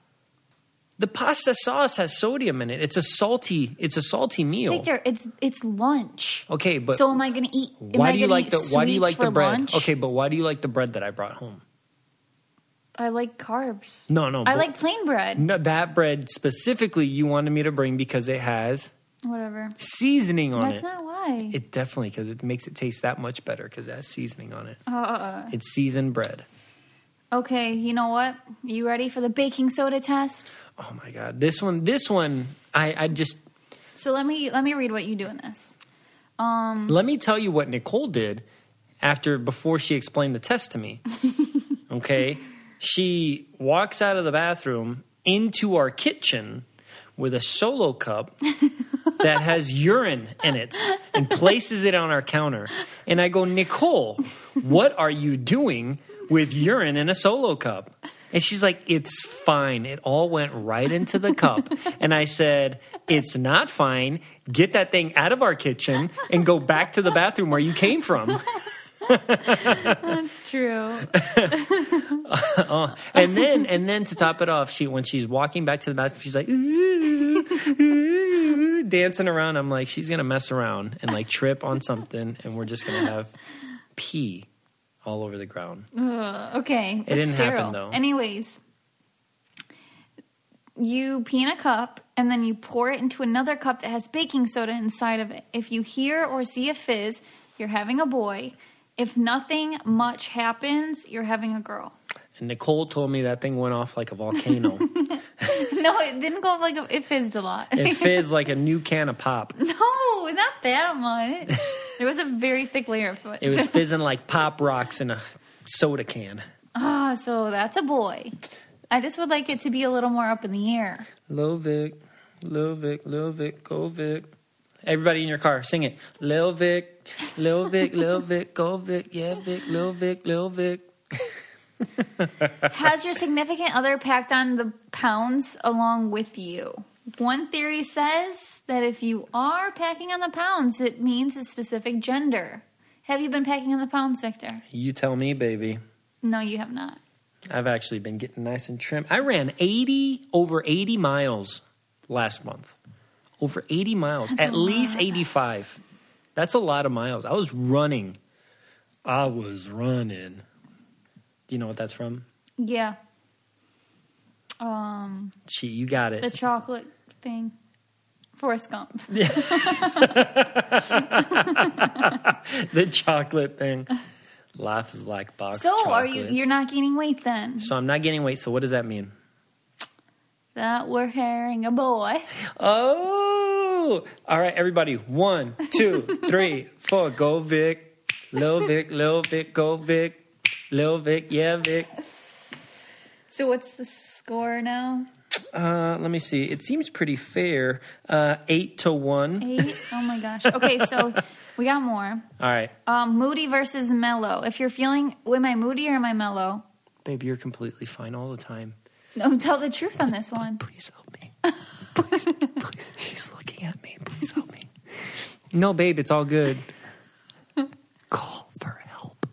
Speaker 3: The pasta sauce has sodium in it. It's a salty. It's a salty meal.
Speaker 4: Victor, it's it's lunch.
Speaker 3: okay, but
Speaker 4: so am I going to eat? am
Speaker 3: why
Speaker 4: I
Speaker 3: do you
Speaker 4: gonna
Speaker 3: like
Speaker 4: eat
Speaker 3: the Why do you
Speaker 4: sweets
Speaker 3: like the
Speaker 4: for
Speaker 3: bread?
Speaker 4: lunch?
Speaker 3: Okay, but why do you like the bread that I brought home?
Speaker 4: I like carbs.
Speaker 3: No, no.
Speaker 4: I
Speaker 3: but-
Speaker 4: like plain bread.
Speaker 3: no, that bread specifically. You wanted me to bring because it has
Speaker 4: Whatever.
Speaker 3: seasoning on
Speaker 4: That's
Speaker 3: it.
Speaker 4: not why.
Speaker 3: it definitely because it makes it taste that much better because it has seasoning on it. It's seasoned bread.
Speaker 4: Uh, Okay, you know what? You ready for the baking soda test?
Speaker 3: Oh my god, this one. This one. I, I just
Speaker 4: So let me let me read what you do in this.
Speaker 3: Let me tell you what Nicole did after before she explained the test to me. okay? She walks out of the bathroom into our kitchen with a solo cup that has urine in it and places it on our counter. And I go, "Nicole, what are you doing with urine in a solo cup?" And she's like, "It's fine. It all went right into the cup." And I said, "It's not fine. Get that thing out of our kitchen and go back to the bathroom where you came from."
Speaker 4: That's true.
Speaker 3: And then, and then to top it off, she when she's walking back to the bathroom, she's like ooh, ooh, dancing around. I'm like, she's gonna mess around and like trip on something, and we're just gonna have pee all over the ground.
Speaker 4: Okay,
Speaker 3: It
Speaker 4: it's
Speaker 3: didn't happen,
Speaker 4: sterile.
Speaker 3: though.
Speaker 4: Anyways, you pee in a cup and then you pour it into another cup that has baking soda inside of it. If you hear or see a fizz, you're having a boy. If nothing much happens, you're having a girl.
Speaker 3: And Nicole told me that thing went off like a volcano.
Speaker 4: No, it didn't go up like a, it fizzed a lot.
Speaker 3: it fizzed like a new can of pop.
Speaker 4: no, not that much. There was a very thick layer of
Speaker 3: It was fizzing like pop rocks in a soda can.
Speaker 4: Ah, so that's a boy. I just would like it to be a little more up in the air.
Speaker 3: Lil Vic, Lil Vic, Lil Vic, go Vic. Everybody in your car, sing it. Lil Vic, Lil Vic, Lil Vic, go Vic, yeah Vic, Lil Vic, Lil Vic.
Speaker 4: Has your significant other packed on the pounds along with you? One theory says that if you are packing on the pounds, it means a specific gender. Have you been packing on the pounds, Victor?
Speaker 3: You tell me, baby.
Speaker 4: No, you have not.
Speaker 3: I've actually been getting nice and trim. I ran 80 over 80 miles last month. Over 80 miles, at least 85. That's a lot of miles. I was running. I was running. Do you know what that's from?
Speaker 4: Yeah. um,
Speaker 3: She, you got
Speaker 4: the
Speaker 3: it.
Speaker 4: chocolate thing. Forrest Gump.
Speaker 3: the chocolate thing. Life is like box.
Speaker 4: so are you?
Speaker 3: chocolates.
Speaker 4: You're not gaining weight then?
Speaker 3: So I'm not gaining weight. So what does that mean?
Speaker 4: That we're hiring a boy.
Speaker 3: Oh, all right, everybody. One, two, three, four. Go Vic, Lil Vic, Lil Vic, go Vic, Lil Vic. Yeah, Vic.
Speaker 4: So what's the score now?
Speaker 3: Uh, let me see. It seems pretty fair. Uh, eight to one.
Speaker 4: Eight. Oh my gosh. Okay, so we got more.
Speaker 3: All right,
Speaker 4: Um, moody versus mellow. If you're feeling, am I moody or am I mellow?
Speaker 3: babe, you're completely fine all the time.
Speaker 4: No, tell the truth on this one.
Speaker 3: Please help me. Please, please. She's looking at me. Please help me. No, babe, it's all good. Call for help.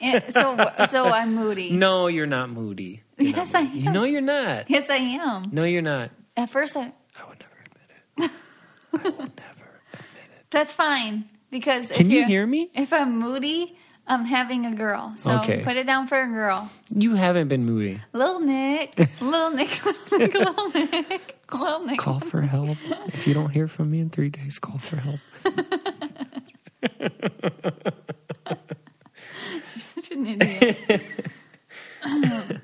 Speaker 4: Eh, so, so I'm moody.
Speaker 3: No, you're not moody.
Speaker 4: yes, I
Speaker 3: You
Speaker 4: am.
Speaker 3: know you're not.
Speaker 4: yes, I am.
Speaker 3: No, you're not.
Speaker 4: At first, I.
Speaker 3: I would never admit it. I would never.
Speaker 4: That's fine because
Speaker 3: Can
Speaker 4: if
Speaker 3: you
Speaker 4: you're-
Speaker 3: hear me?
Speaker 4: If I'm moody, I'm having a girl. So
Speaker 3: Okay.
Speaker 4: put it down for a girl.
Speaker 3: You haven't been moody.
Speaker 4: Little Nick, little Nick, little Nick, little Nick, little Nick.
Speaker 3: Call for help. If you don't hear from me in three days, call for help.
Speaker 4: Such an idiot.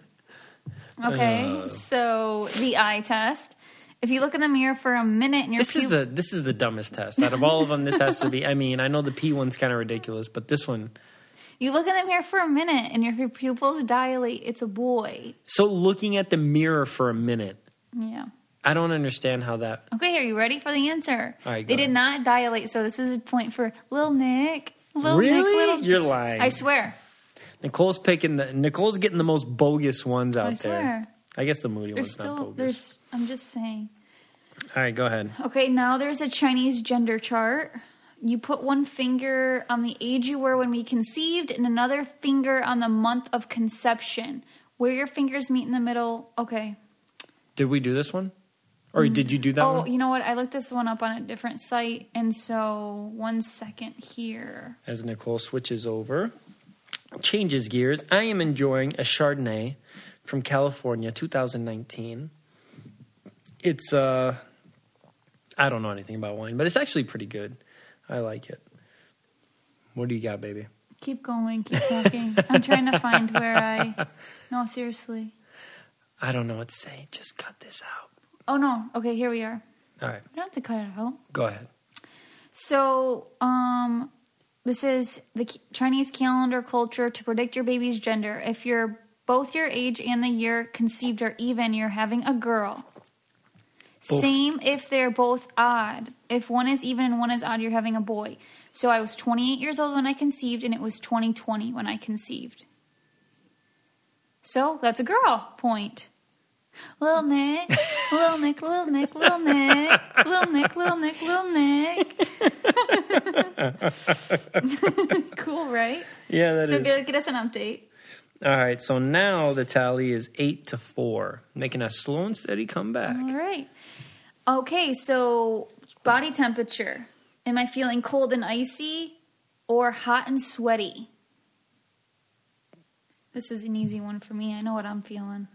Speaker 4: okay,
Speaker 3: Uh.
Speaker 4: so the eye test. If you look in the mirror for a minute and your
Speaker 3: This is
Speaker 4: pupil-
Speaker 3: the this is the dumbest test out of all of them. This has to be. I mean, I know the P one's kind of ridiculous, but this one.
Speaker 4: you look in the mirror for a minute and your pupils dilate, it's a boy.
Speaker 3: So looking at the mirror for a minute,
Speaker 4: Yeah.
Speaker 3: I don't understand how that.
Speaker 4: Okay, are you ready for the answer?
Speaker 3: All right, go
Speaker 4: they did
Speaker 3: ahead.
Speaker 4: not dilate, so this is a point for little Nick. Little Nick,
Speaker 3: Really?
Speaker 4: little
Speaker 3: You're lying.
Speaker 4: I swear.
Speaker 3: Nicole's picking the Nicole's getting the most bogus ones out
Speaker 4: I
Speaker 3: there.
Speaker 4: swear.
Speaker 3: I guess the moody
Speaker 4: There's
Speaker 3: one's not
Speaker 4: still
Speaker 3: bogus.
Speaker 4: there's I'm just saying.
Speaker 3: All right, go ahead.
Speaker 4: Okay, now there's a Chinese gender chart. You put one finger on the age you were when we conceived and another finger on the month of conception. Where your fingers meet in the middle. Okay.
Speaker 3: Did we do this one, or did you do that
Speaker 4: Oh,
Speaker 3: one?
Speaker 4: you know what? I looked this one up on a different site and so one second here.
Speaker 3: as Nicole switches over, changes gears. I am enjoying a Chardonnay from California, 2019. It's uh, I don't know anything about wine, but it's actually pretty good. I like it. What do you got, baby?
Speaker 4: Keep going, keep talking. I'm trying to find where I No, seriously.
Speaker 3: I don't know what to say. Just cut this out.
Speaker 4: Oh no. Okay, here we are.
Speaker 3: All right,
Speaker 4: I don't have to cut it out.
Speaker 3: go ahead.
Speaker 4: So, um, this is the c- Chinese calendar culture to predict your baby's gender. If you're both your age and the year conceived are even, you're having a girl.
Speaker 3: Both.
Speaker 4: Same if they're both odd. If one is even and one is odd, you're having a boy. So I was 28 years old when I conceived, and it was 2020 when I conceived. So that's a girl point. Little Nick, little Nick, little Nick, little Nick, little Nick, little Nick, little Nick. cool, right?
Speaker 3: Yeah, that is.
Speaker 4: so get, get us an update.
Speaker 3: All right, so now the tally is eight to four, making a slow and steady comeback.
Speaker 4: All right. Okay, so body temperature. Am I feeling cold and icy or hot and sweaty? This is an easy one for me. I know what I'm feeling.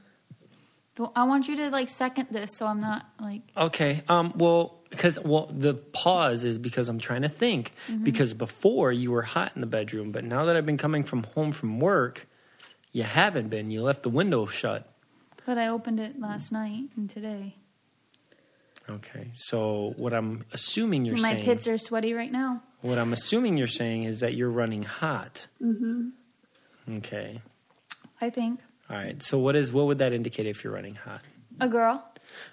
Speaker 4: But I want you to like second this so I'm not like
Speaker 3: Okay. Um, well, because well, the pause is because I'm trying to think.
Speaker 4: Mm-hmm.
Speaker 3: Because before you were hot in the bedroom, but now that I've been coming from home from work, you haven't been. You left the window shut.
Speaker 4: but I opened it last night and today.
Speaker 3: Okay. So what I'm assuming you're
Speaker 4: My
Speaker 3: saying,
Speaker 4: pits are sweaty right now.
Speaker 3: what I'm assuming you're saying is that you're running hot. Mm-hmm. Okay.
Speaker 4: I think
Speaker 3: All right. So what is what would that indicate if you're running hot?
Speaker 4: a girl.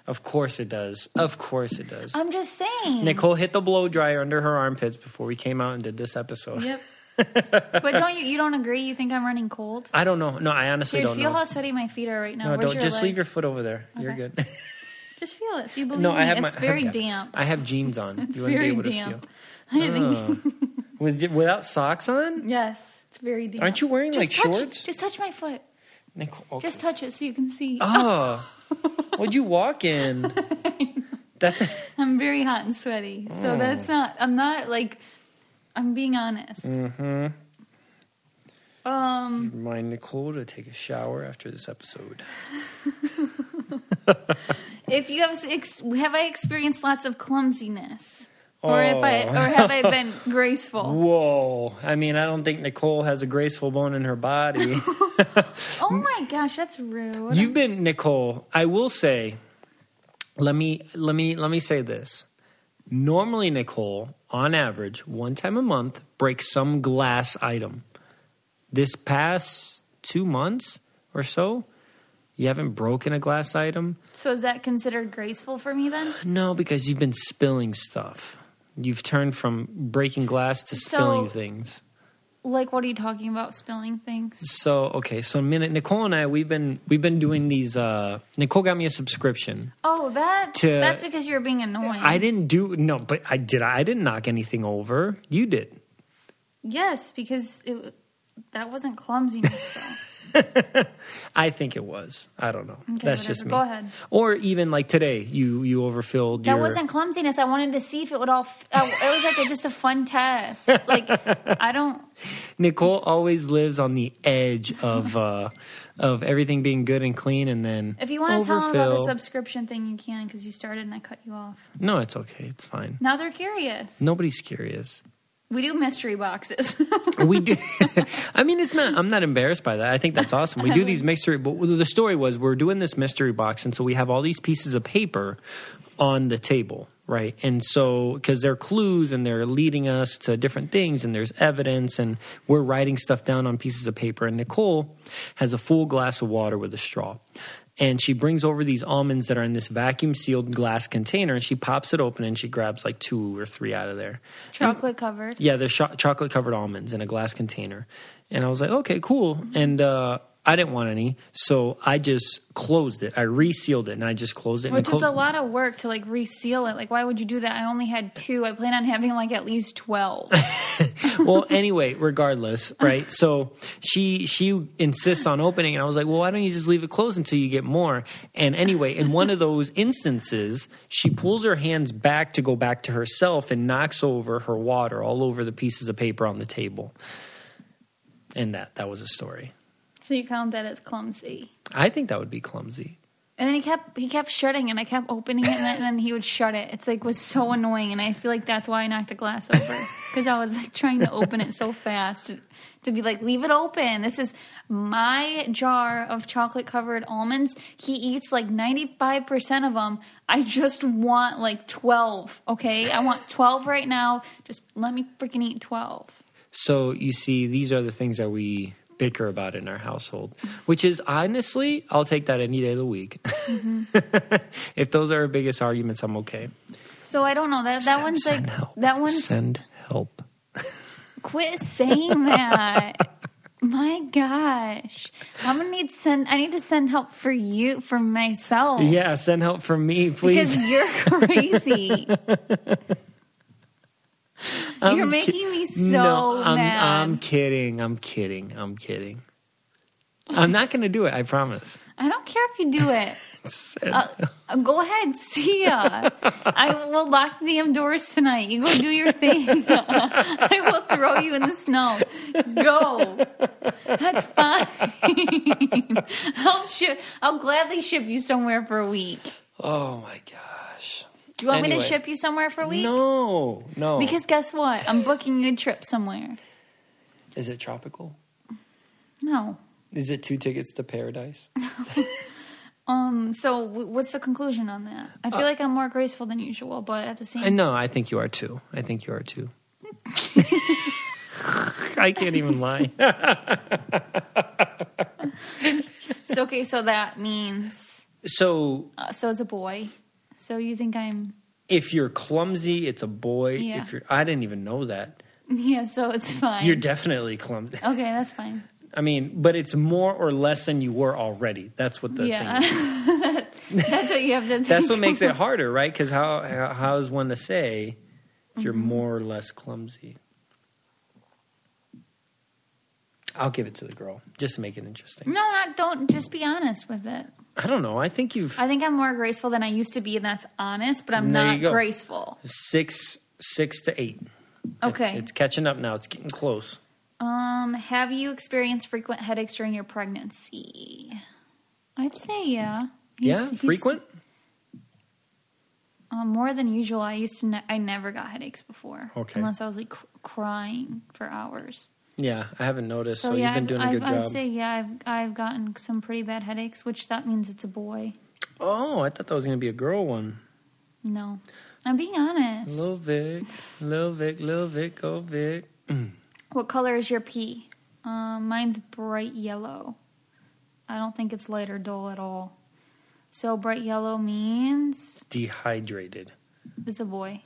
Speaker 3: Of course it does. Of course it does.
Speaker 4: I'm just saying.
Speaker 3: Mm-hmm. Nicole hit the blow dryer under her armpits before we came out and did this episode.
Speaker 4: Yep. but don't you you don't agree? You think I'm running cold?
Speaker 3: I don't know. No, I honestly
Speaker 4: Dude,
Speaker 3: don't
Speaker 4: feel
Speaker 3: know.
Speaker 4: how sweaty my feet are right now.
Speaker 3: No,
Speaker 4: Where's
Speaker 3: don't.
Speaker 4: your
Speaker 3: Just
Speaker 4: leg?
Speaker 3: leave your foot over there. You're
Speaker 4: Okay.
Speaker 3: good.
Speaker 4: Just feel it. So you believe
Speaker 3: no,
Speaker 4: me?
Speaker 3: I have my.
Speaker 4: it's very
Speaker 3: I have,
Speaker 4: damp.
Speaker 3: I have jeans on.
Speaker 4: It's
Speaker 3: you wouldn't
Speaker 4: very
Speaker 3: be able
Speaker 4: damp.
Speaker 3: to feel. Oh. With, without socks on,
Speaker 4: Yes, it's very damp.
Speaker 3: Aren't you wearing,
Speaker 4: Just
Speaker 3: like,
Speaker 4: touch-
Speaker 3: shorts?
Speaker 4: Just touch my foot.
Speaker 3: Nicole. okay.
Speaker 4: Just touch it so you can see.
Speaker 3: oh, what'd you walk in? That's
Speaker 4: I'm very hot and sweaty,
Speaker 3: Mm.
Speaker 4: so
Speaker 3: Mm-hmm.
Speaker 4: that's not. I'm not like. I'm being honest. Um,
Speaker 3: Remind Nicole to take a shower after this episode.
Speaker 4: if you have ex- have I experienced lots of clumsiness, or if
Speaker 3: Oh.
Speaker 4: I or have I been graceful?
Speaker 3: Whoa. I mean, I don't think Nicole has a graceful bone in her body.
Speaker 4: Oh my gosh, that's rude.
Speaker 3: You've been Nicole. I will say, let me let me let me say this. Normally, Nicole, on average, one time a month breaks some glass item. This past two months or so, you haven't broken a glass item.
Speaker 4: so is that considered graceful for me then?
Speaker 3: No, because you've been spilling stuff. You've turned from breaking glass to
Speaker 4: So-
Speaker 3: spilling things.
Speaker 4: Like, what are you talking about? Spilling things?
Speaker 3: So okay, so minute Nicole and I we've been we've been doing these. Uh, Nicole got me a subscription.
Speaker 4: Oh, that
Speaker 3: To-
Speaker 4: that's because you're being annoying.
Speaker 3: I didn't do no, but I did. I didn't knock anything over. You did.
Speaker 4: yes, because it, that wasn't clumsiness though.
Speaker 3: I think it was. I don't know.
Speaker 4: Okay,
Speaker 3: That's
Speaker 4: whatever.
Speaker 3: just me.
Speaker 4: Go ahead.
Speaker 3: Or even like today, you you overfilled.
Speaker 4: That
Speaker 3: your,
Speaker 4: wasn't clumsiness. I wanted to see if it would all. F- uh, it was like a, just a fun test. Like I don't.
Speaker 3: Nicole always lives on the edge of uh of everything being good and clean, and then
Speaker 4: If you want to tell them about the
Speaker 3: overfill.
Speaker 4: subscription thing, you can because you started and I cut you off.
Speaker 3: no, it's okay. It's fine.
Speaker 4: Now they're curious.
Speaker 3: Nobody's curious.
Speaker 4: We do mystery boxes.
Speaker 3: we do. I mean, it's not. I'm not embarrassed by that. I think that's awesome. We do these mystery. But the story was we're doing this mystery box, and so we have all these pieces of paper on the table, right? And so because they're clues and they're leading us to different things, and there's evidence, and we're writing stuff down on pieces of paper. And Nicole has a full glass of water with a straw. And she brings over these almonds that are in this vacuum sealed glass container and she pops it open and she grabs like two or three out of there.
Speaker 4: Chocolate covered.
Speaker 3: Yeah, they're cho- chocolate covered almonds in a glass container. And I was like, okay, cool. And uh, I didn't want any. So I just closed it. I resealed it and I just closed it.
Speaker 4: Which
Speaker 3: and
Speaker 4: is a lot of work to like reseal it. Like, why would you do that? I only had two. I plan on having like at least 12.
Speaker 3: well, anyway, regardless, right? So she she insists on opening, and I was like, well, why don't you just leave it closed until you get more? And anyway, in one of those instances, she pulls her hands back to go back to herself and knocks over her water all over the pieces of paper on the table. And that that was a story.
Speaker 4: so you count that as clumsy.
Speaker 3: I think that would be clumsy.
Speaker 4: And then he kept he kept shutting and I kept opening it and then, and then he would shut it. It's like was so annoying and I feel like that's why I knocked the glass over because I was like trying to open it so fast to, to be like leave it open. This is my jar of chocolate covered almonds. He eats like 95% of them. I just want like 12, okay? I want 12 right now. Just let me freaking eat 12.
Speaker 3: So you see, these are the things that we bicker about in our household, which is honestly, I'll take that any day of the week. if those are our biggest arguments, I'm okay.
Speaker 4: So I don't know. That that
Speaker 3: Send-
Speaker 4: one's
Speaker 3: send
Speaker 4: like
Speaker 3: help.
Speaker 4: that one's
Speaker 3: send help.
Speaker 4: Quit saying that. My gosh. I'm gonna need send I need to send help for you for myself.
Speaker 3: Yeah, send help for me, please.
Speaker 4: Because you're crazy.
Speaker 3: ki-
Speaker 4: you're making me so
Speaker 3: no, I'm,
Speaker 4: mad.
Speaker 3: I'm kidding. I'm kidding. I'm kidding. I'm not going to do it. I promise.
Speaker 4: I don't care if you do it. Uh, go ahead, see ya. I will lock the damn doors tonight. You go do your thing. I will throw you in the snow. Go. That's fine. I'll ship. I'll gladly ship you somewhere for a week.
Speaker 3: Oh my gosh.
Speaker 4: Do you want me to
Speaker 3: Anyway.
Speaker 4: ship you somewhere for a week?
Speaker 3: No, no.
Speaker 4: Because guess what? I'm booking you a trip somewhere.
Speaker 3: is it tropical?
Speaker 4: No.
Speaker 3: Is it two tickets to paradise?
Speaker 4: Um. So, w- what's the conclusion on that? I feel like I'm more graceful than usual, but at the same
Speaker 3: Uh, No, Uh, I think you are too. I think you are too. I can't even lie.
Speaker 4: So, okay, so that means
Speaker 3: So
Speaker 4: uh, so it's a boy. So you think I'm
Speaker 3: if you're clumsy, it's a boy.
Speaker 4: Yeah.
Speaker 3: If you're, I didn't even know that.
Speaker 4: yeah? So it's fine.
Speaker 3: You're definitely clumsy.
Speaker 4: okay, that's fine.
Speaker 3: I mean, but it's more or less than you were already. That's what the
Speaker 4: yeah,
Speaker 3: thing. Is.
Speaker 4: that's what you have to. Think.
Speaker 3: That's what makes it harder, right? Because how, how how is one to say if
Speaker 4: Mm-hmm.
Speaker 3: you're more or less clumsy? I'll give it to the girl just to make it interesting.
Speaker 4: No, not don't. Just be honest with it.
Speaker 3: I don't know. I think you've
Speaker 4: I think I'm more graceful than I used to be, and that's honest. But I'm
Speaker 3: There
Speaker 4: not
Speaker 3: you go.
Speaker 4: graceful.
Speaker 3: six six to eight. It's-
Speaker 4: Okay,
Speaker 3: It's, catching up now. It's getting close.
Speaker 4: Um, have you experienced frequent headaches during your pregnancy? I'd say yeah.
Speaker 3: yeah,
Speaker 4: He's- he's-
Speaker 3: frequent.
Speaker 4: Um, more than usual. I used to. Ne- I never got headaches before,
Speaker 3: Okay.
Speaker 4: unless I was like cr- crying for hours.
Speaker 3: Yeah, I haven't noticed. So,
Speaker 4: yeah,
Speaker 3: you've been doing
Speaker 4: I've-
Speaker 3: a
Speaker 4: I've,
Speaker 3: good
Speaker 4: I'd
Speaker 3: job.
Speaker 4: say yeah. I've I've gotten some pretty bad headaches, which that means it's a boy.
Speaker 3: oh, I thought that was going to be a girl one.
Speaker 4: No, I'm being honest.
Speaker 3: Lil Vic, Lil Vic, Lil Vic, go Vic.
Speaker 4: What color is your pee? Um, mine's bright yellow. I don't think it's light or dull at all. So bright yellow means
Speaker 3: Dehydrated.
Speaker 4: it's a boy.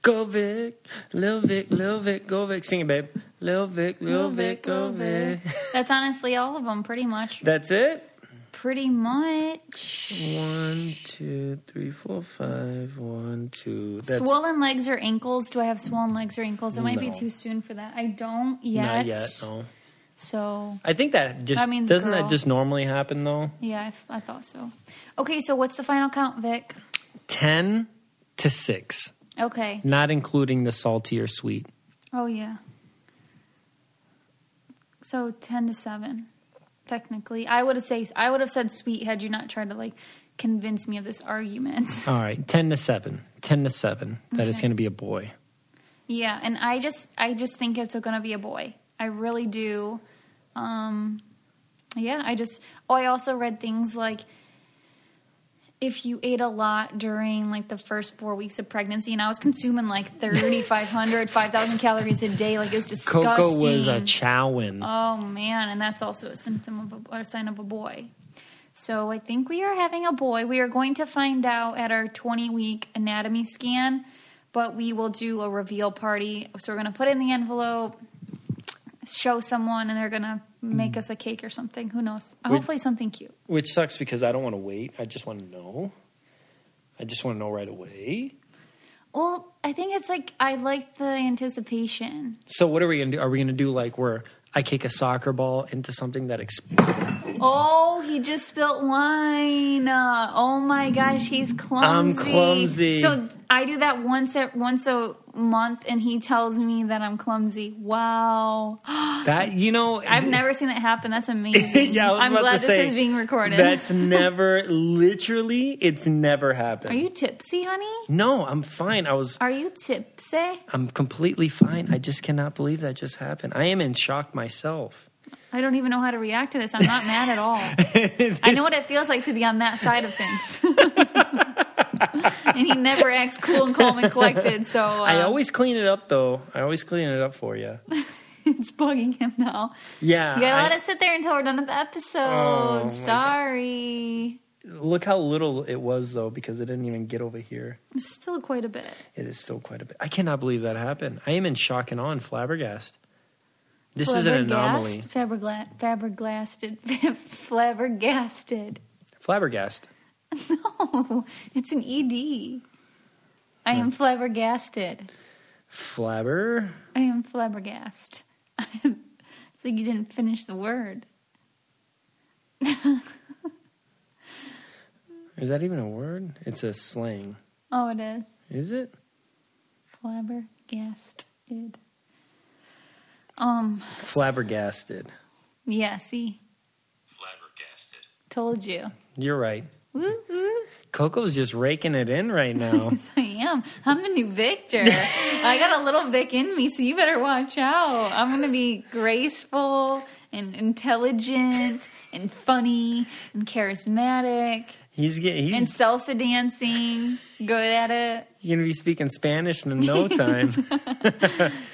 Speaker 3: Go Vic, Lil Vic, Lil Vic, go Vic. Sing it, babe. Lil Vic, Lil Vic, go Vic.
Speaker 4: That's honestly all of them, pretty much.
Speaker 3: That's it.
Speaker 4: Pretty much.
Speaker 3: One, two, three, four, five. One, two. That's
Speaker 4: swollen legs or ankles? Do I have swollen legs or ankles? It might be
Speaker 3: No.
Speaker 4: too soon for that. I don't yet.
Speaker 3: not yet. No.
Speaker 4: So
Speaker 3: I think that just
Speaker 4: That means
Speaker 3: doesn't that
Speaker 4: girl.
Speaker 3: just normally happen though.
Speaker 4: yeah, I, f- I thought so. Okay, so what's the final count, Vic?
Speaker 3: Ten to six,
Speaker 4: Okay.
Speaker 3: not including the salty or sweet.
Speaker 4: Oh yeah. So ten to seven, technically. I would have say I would have said sweet had you not tried to like convince me of this argument.
Speaker 3: All right, ten to seven. Ten to seven. That it's
Speaker 4: Okay.
Speaker 3: going to be a boy.
Speaker 4: yeah, and I just I just think it's gonna be a boy. I really do. Um, yeah, I just. Oh, I also read things like if you ate a lot during like the first four weeks of pregnancy, and I was consuming like 3,500, 5,000 calories a day. Like it was disgusting.
Speaker 3: Coco was a chowin.
Speaker 4: Oh man, and that's also a symptom of a, or a sign of a boy. So I think we are having a boy. We are going to find out at our 20 week anatomy scan, but we will do a reveal party. So we're going to put it in the envelope, show someone, and they're going to make us a cake or something. Who knows? Hopefully, something cute.
Speaker 3: Which sucks because I don't want to wait. I just want to know. I just want to know right away.
Speaker 4: Well, I think it's like I like the anticipation.
Speaker 3: So what are we gonna do? Are we gonna do like where I kick a soccer ball into something that explodes?
Speaker 4: Oh, he just spilt wine. Uh, oh my gosh, he's
Speaker 3: I'm
Speaker 4: clumsy.
Speaker 3: clumsy.
Speaker 4: So I do that once a once a month, and he tells me that I'm clumsy. Wow,
Speaker 3: That you know,
Speaker 4: I've never seen that happen. That's amazing.
Speaker 3: yeah, I was
Speaker 4: am
Speaker 3: about
Speaker 4: glad
Speaker 3: to
Speaker 4: this
Speaker 3: say,
Speaker 4: is being recorded.
Speaker 3: That's never literally. It's never happened.
Speaker 4: Are you tipsy, honey?
Speaker 3: No, I'm fine. I was.
Speaker 4: Are you tipsy?
Speaker 3: I'm completely fine. I just cannot believe that just happened. I am in shock myself.
Speaker 4: I don't even know how to react to this. I'm not mad at all. I know what it feels like to be on that side of things. and he never acts cool and calm and collected. So uh,
Speaker 3: I always clean it up, though. I always clean it up for you.
Speaker 4: it's bugging him now.
Speaker 3: Yeah.
Speaker 4: You gotta
Speaker 3: Uh, I- Oh
Speaker 4: let us sit there until we're done with the episode. Sorry.
Speaker 3: look how little it was, though, because it didn't even get over here.
Speaker 4: It's still quite a bit.
Speaker 3: It is still quite a bit. I cannot believe that happened. I am in shock and awe and flabbergasted. This is an anomaly.
Speaker 4: Flabbergast- Fabergla- faberglasted. Flabbergasted.
Speaker 3: Flabbergasted.
Speaker 4: No, it's an ED. I
Speaker 3: Hmm.
Speaker 4: am flabbergasted.
Speaker 3: Flabber.
Speaker 4: I am flabbergast. it's like you didn't finish the word.
Speaker 3: Is that even a word? It's a slang.
Speaker 4: Oh, it is.
Speaker 3: Is it?
Speaker 4: Flabbergasted. Um,
Speaker 3: Flabbergasted.
Speaker 4: yeah, see? Flabbergasted. Told you.
Speaker 3: You're right.
Speaker 4: Woo, woo.
Speaker 3: Coco's just raking it in right now.
Speaker 4: Yes, I am. I'm the new Victor. I got a little Vic in me, so you better watch out. I'm going to be graceful and intelligent and funny and charismatic
Speaker 3: He's getting.
Speaker 4: and
Speaker 3: He's
Speaker 4: salsa dancing. Good at it.
Speaker 3: gonna be speaking Spanish in no time.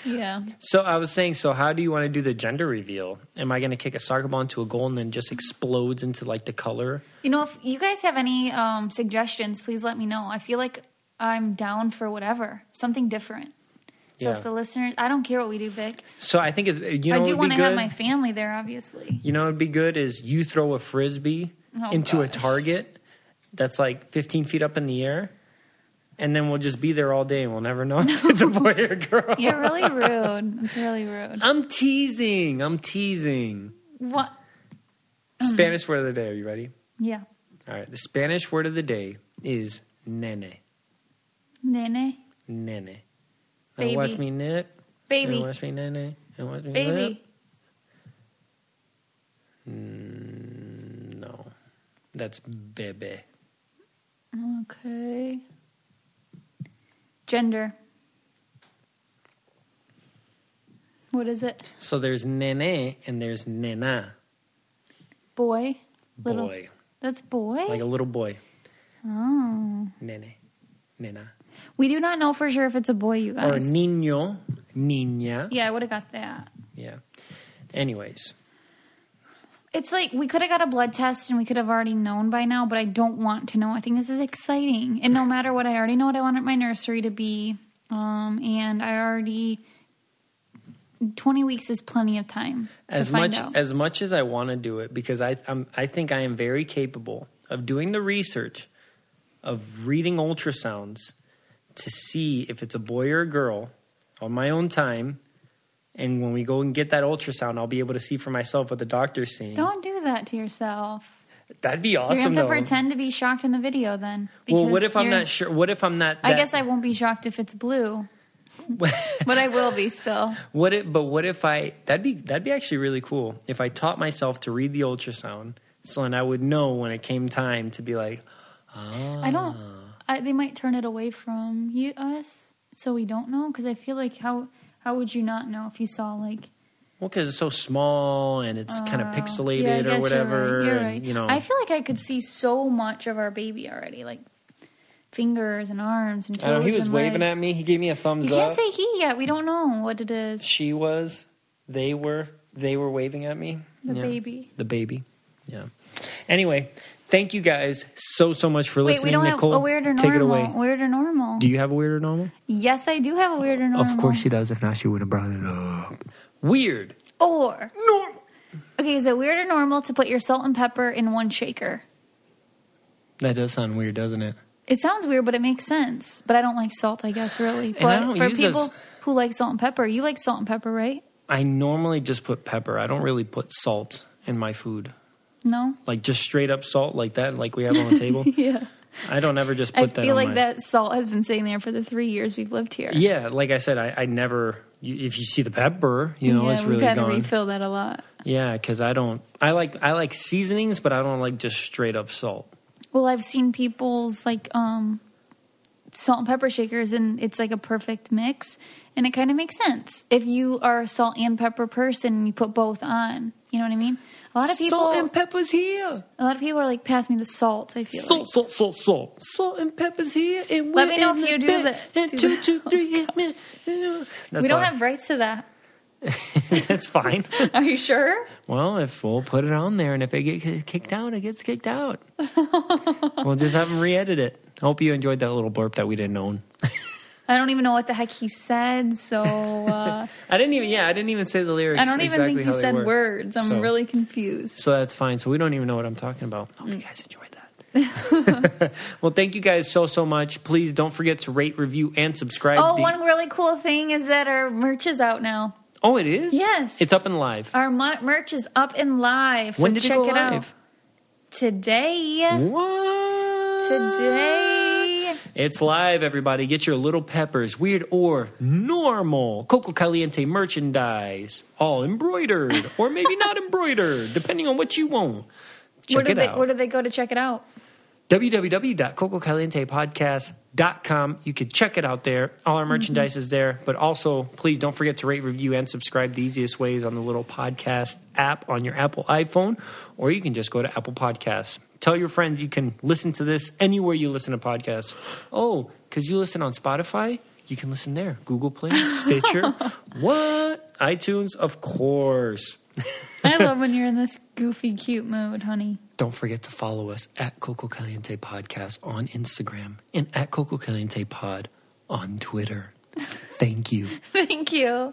Speaker 4: Yeah.
Speaker 3: so I was saying. So how do you want to do the gender reveal? Am I gonna kick a soccer ball into a goal and then just explodes into like the color?
Speaker 4: You know, if you guys have any um, suggestions, please let me know. I feel like I'm down for whatever, something different. So
Speaker 3: Yeah.
Speaker 4: if the listeners, I don't care what we do, Vic.
Speaker 3: So I think it's you know.
Speaker 4: I do
Speaker 3: want to
Speaker 4: have my family there, obviously.
Speaker 3: You know, it'd be good is you throw a frisbee
Speaker 4: Oh,
Speaker 3: into a
Speaker 4: gosh.
Speaker 3: target that's like 15 feet up in the air, and then we'll just be there all day and we'll never know if it's a boy or a girl.
Speaker 4: You're really rude. It's really rude.
Speaker 3: I'm teasing. I'm teasing.
Speaker 4: What?
Speaker 3: Spanish word of the day. Are you ready?
Speaker 4: Yeah.
Speaker 3: All right. The Spanish word of the day is nene.
Speaker 4: Nene.
Speaker 3: Nene. And watch
Speaker 4: Baby.
Speaker 3: me knit.
Speaker 4: Baby.
Speaker 3: And watch me knit, knit. And watch me
Speaker 4: Baby.
Speaker 3: knit. Mm, No. That's bebe.
Speaker 4: Okay. Gender. What is it?
Speaker 3: So there's nene and there's nena.
Speaker 4: Boy. Little-
Speaker 3: Boy.
Speaker 4: That's boy.
Speaker 3: Like a little boy.
Speaker 4: oh.
Speaker 3: Nene. Nena.
Speaker 4: We do not know for sure if it's a boy, you
Speaker 3: Or
Speaker 4: guys.
Speaker 3: niño. Niña.
Speaker 4: yeah, I would have got that.
Speaker 3: Yeah. Anyways.
Speaker 4: It's like we could have got a blood test and we could have already known by now, but I don't want to know. I think this is exciting. And no matter what, I already know what I want my nursery to be. Um, and I already 20 weeks is plenty of time to
Speaker 3: as
Speaker 4: find
Speaker 3: much
Speaker 4: out.
Speaker 3: as much as I want to do it because I I'm, I think I am very capable of doing the research of reading ultrasounds to see if it's a boy or a girl on my own time and when we go and get that ultrasound I'll be able to see for myself what the doctor's seeing.
Speaker 4: don't do that to yourself.
Speaker 3: That'd be awesome
Speaker 4: you're gonna have
Speaker 3: though.
Speaker 4: to pretend to be shocked in the video then.
Speaker 3: well,
Speaker 4: because
Speaker 3: what if I'm
Speaker 4: you're-
Speaker 3: not sure? What if I'm not?
Speaker 4: I
Speaker 3: that-
Speaker 4: guess I won't be shocked if it's blue, but I will be still.
Speaker 3: What if, but what if I that'd be that'd be actually really cool if I taught myself to read the ultrasound so then I would know when it came time to be like
Speaker 4: I don't.
Speaker 3: Uh.
Speaker 4: I, they might turn it away from you us, so we don't know. Because I feel like how how would you not know if you saw like
Speaker 3: Well, because it's so small and it's kind of pixelated
Speaker 4: Ah, yeah, I guess
Speaker 3: or whatever,
Speaker 4: You're right. You're
Speaker 3: and
Speaker 4: right.
Speaker 3: you know,
Speaker 4: I feel like I could see so much of our baby already, like fingers and arms and toes.
Speaker 3: I don't know. He was
Speaker 4: and
Speaker 3: waving
Speaker 4: legs.
Speaker 3: at me. He gave me a thumbs
Speaker 4: You can't
Speaker 3: up.
Speaker 4: say he yet. We don't know what it is.
Speaker 3: she was. They were. They were waving at me.
Speaker 4: The
Speaker 3: Yeah.
Speaker 4: baby.
Speaker 3: The baby. Yeah. Anyway, thank you guys so so much for
Speaker 4: Wait,
Speaker 3: listening.
Speaker 4: we don't
Speaker 3: Nicole,
Speaker 4: have a weird or normal.
Speaker 3: take it away.
Speaker 4: Weird or normal.
Speaker 3: Do you have a weird or normal?
Speaker 4: yes, I do have a weird or normal.
Speaker 3: she does. If not, she would have brought it up. Weird.
Speaker 4: Or normal. Okay, is it weird or normal to put your salt and pepper in one shaker?
Speaker 3: That does sound weird, doesn't it?
Speaker 4: It sounds weird, but it makes sense. But I don't like salt, I guess, really. But
Speaker 3: I don't
Speaker 4: for
Speaker 3: use
Speaker 4: people
Speaker 3: those-
Speaker 4: who like salt and pepper, you like salt and pepper, right?
Speaker 3: I normally just put pepper. I don't really put salt in my food.
Speaker 4: No,
Speaker 3: Like just straight up salt, like that, like we have on the table.
Speaker 4: yeah.
Speaker 3: I don't ever just put
Speaker 4: I
Speaker 3: that.
Speaker 4: feel
Speaker 3: on
Speaker 4: like
Speaker 3: my-
Speaker 4: that salt has been sitting there for the three years we've lived here.
Speaker 3: Yeah, like I said, I, I never. You, if you see the pepper, you know
Speaker 4: Yeah,
Speaker 3: it's
Speaker 4: we've
Speaker 3: really
Speaker 4: had to
Speaker 3: gone.
Speaker 4: refill that a lot.
Speaker 3: Yeah, because I don't. I like I like seasonings, but I don't like just straight up salt.
Speaker 4: Well, I've seen people's like um salt and pepper shakers and it's like a perfect mix and it kind of makes sense. If you are a salt and pepper person, you put both on. You know what I mean? A lot of people
Speaker 3: salt and pepper's here.
Speaker 4: a lot of people are like pass me the salt, I feel
Speaker 3: Salt,
Speaker 4: like.
Speaker 3: salt, salt, salt. Salt and pepper's here. And
Speaker 4: Let
Speaker 3: we're
Speaker 4: me know
Speaker 3: in
Speaker 4: if
Speaker 3: the
Speaker 4: you do
Speaker 3: bed.
Speaker 4: that-
Speaker 3: And
Speaker 4: do
Speaker 3: two,
Speaker 4: that.
Speaker 3: two, three. yeah, man. That's
Speaker 4: we don't
Speaker 3: all.
Speaker 4: have rights to that.
Speaker 3: That's fine.
Speaker 4: Are you sure?
Speaker 3: well, if we'll put it on there, and if it gets kicked out, it gets kicked out. we'll just have them re-edit it. Hope you enjoyed that little blurb that we didn't own.
Speaker 4: I don't even know what the heck he said, so uh,
Speaker 3: I didn't even. Yeah, I didn't even say the lyrics.
Speaker 4: I don't even
Speaker 3: exactly
Speaker 4: think
Speaker 3: how
Speaker 4: you
Speaker 3: they
Speaker 4: said
Speaker 3: were.
Speaker 4: words. I'm
Speaker 3: So-
Speaker 4: really confused.
Speaker 3: So that's fine. So we don't even know what I'm talking about. Hope
Speaker 4: Mm.
Speaker 3: you guys enjoyed that. well, thank you guys so so much. Please don't forget to rate, review, and subscribe.
Speaker 4: Oh,
Speaker 3: The-
Speaker 4: one really cool thing is that our merch is out now.
Speaker 3: Oh, it is.
Speaker 4: Yes.
Speaker 3: it's up and live.
Speaker 4: Our mu- merch is up and live. So
Speaker 3: when did
Speaker 4: check
Speaker 3: it go
Speaker 4: out
Speaker 3: live?
Speaker 4: today.
Speaker 3: What?
Speaker 4: Today.
Speaker 3: It's live, everybody. Get your little peppers, weird or normal, Coco Caliente merchandise, all embroidered or maybe not embroidered, depending on what you want. Check
Speaker 4: where do
Speaker 3: it
Speaker 4: they
Speaker 3: out.
Speaker 4: where do they go to check it out?
Speaker 3: www.cococalientepodcast.com. You can check it out there. All our merchandise is there, but also please don't forget to rate, review, and subscribe the easiest ways on the little podcast app on your Apple iPhone, or you can just go to Apple Podcasts. Tell your friends you can listen to this anywhere you listen to podcasts. Oh, because you listen on Spotify, you can listen there. Google Play, Stitcher, what? iTunes, of course.
Speaker 4: I love when you're in this goofy cute mood, honey.
Speaker 3: Don't forget to follow us at Coco Caliente Podcast on Instagram and at Coco Caliente Pod on Twitter. Thank you.
Speaker 4: Thank you.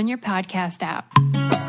Speaker 6: your podcast app.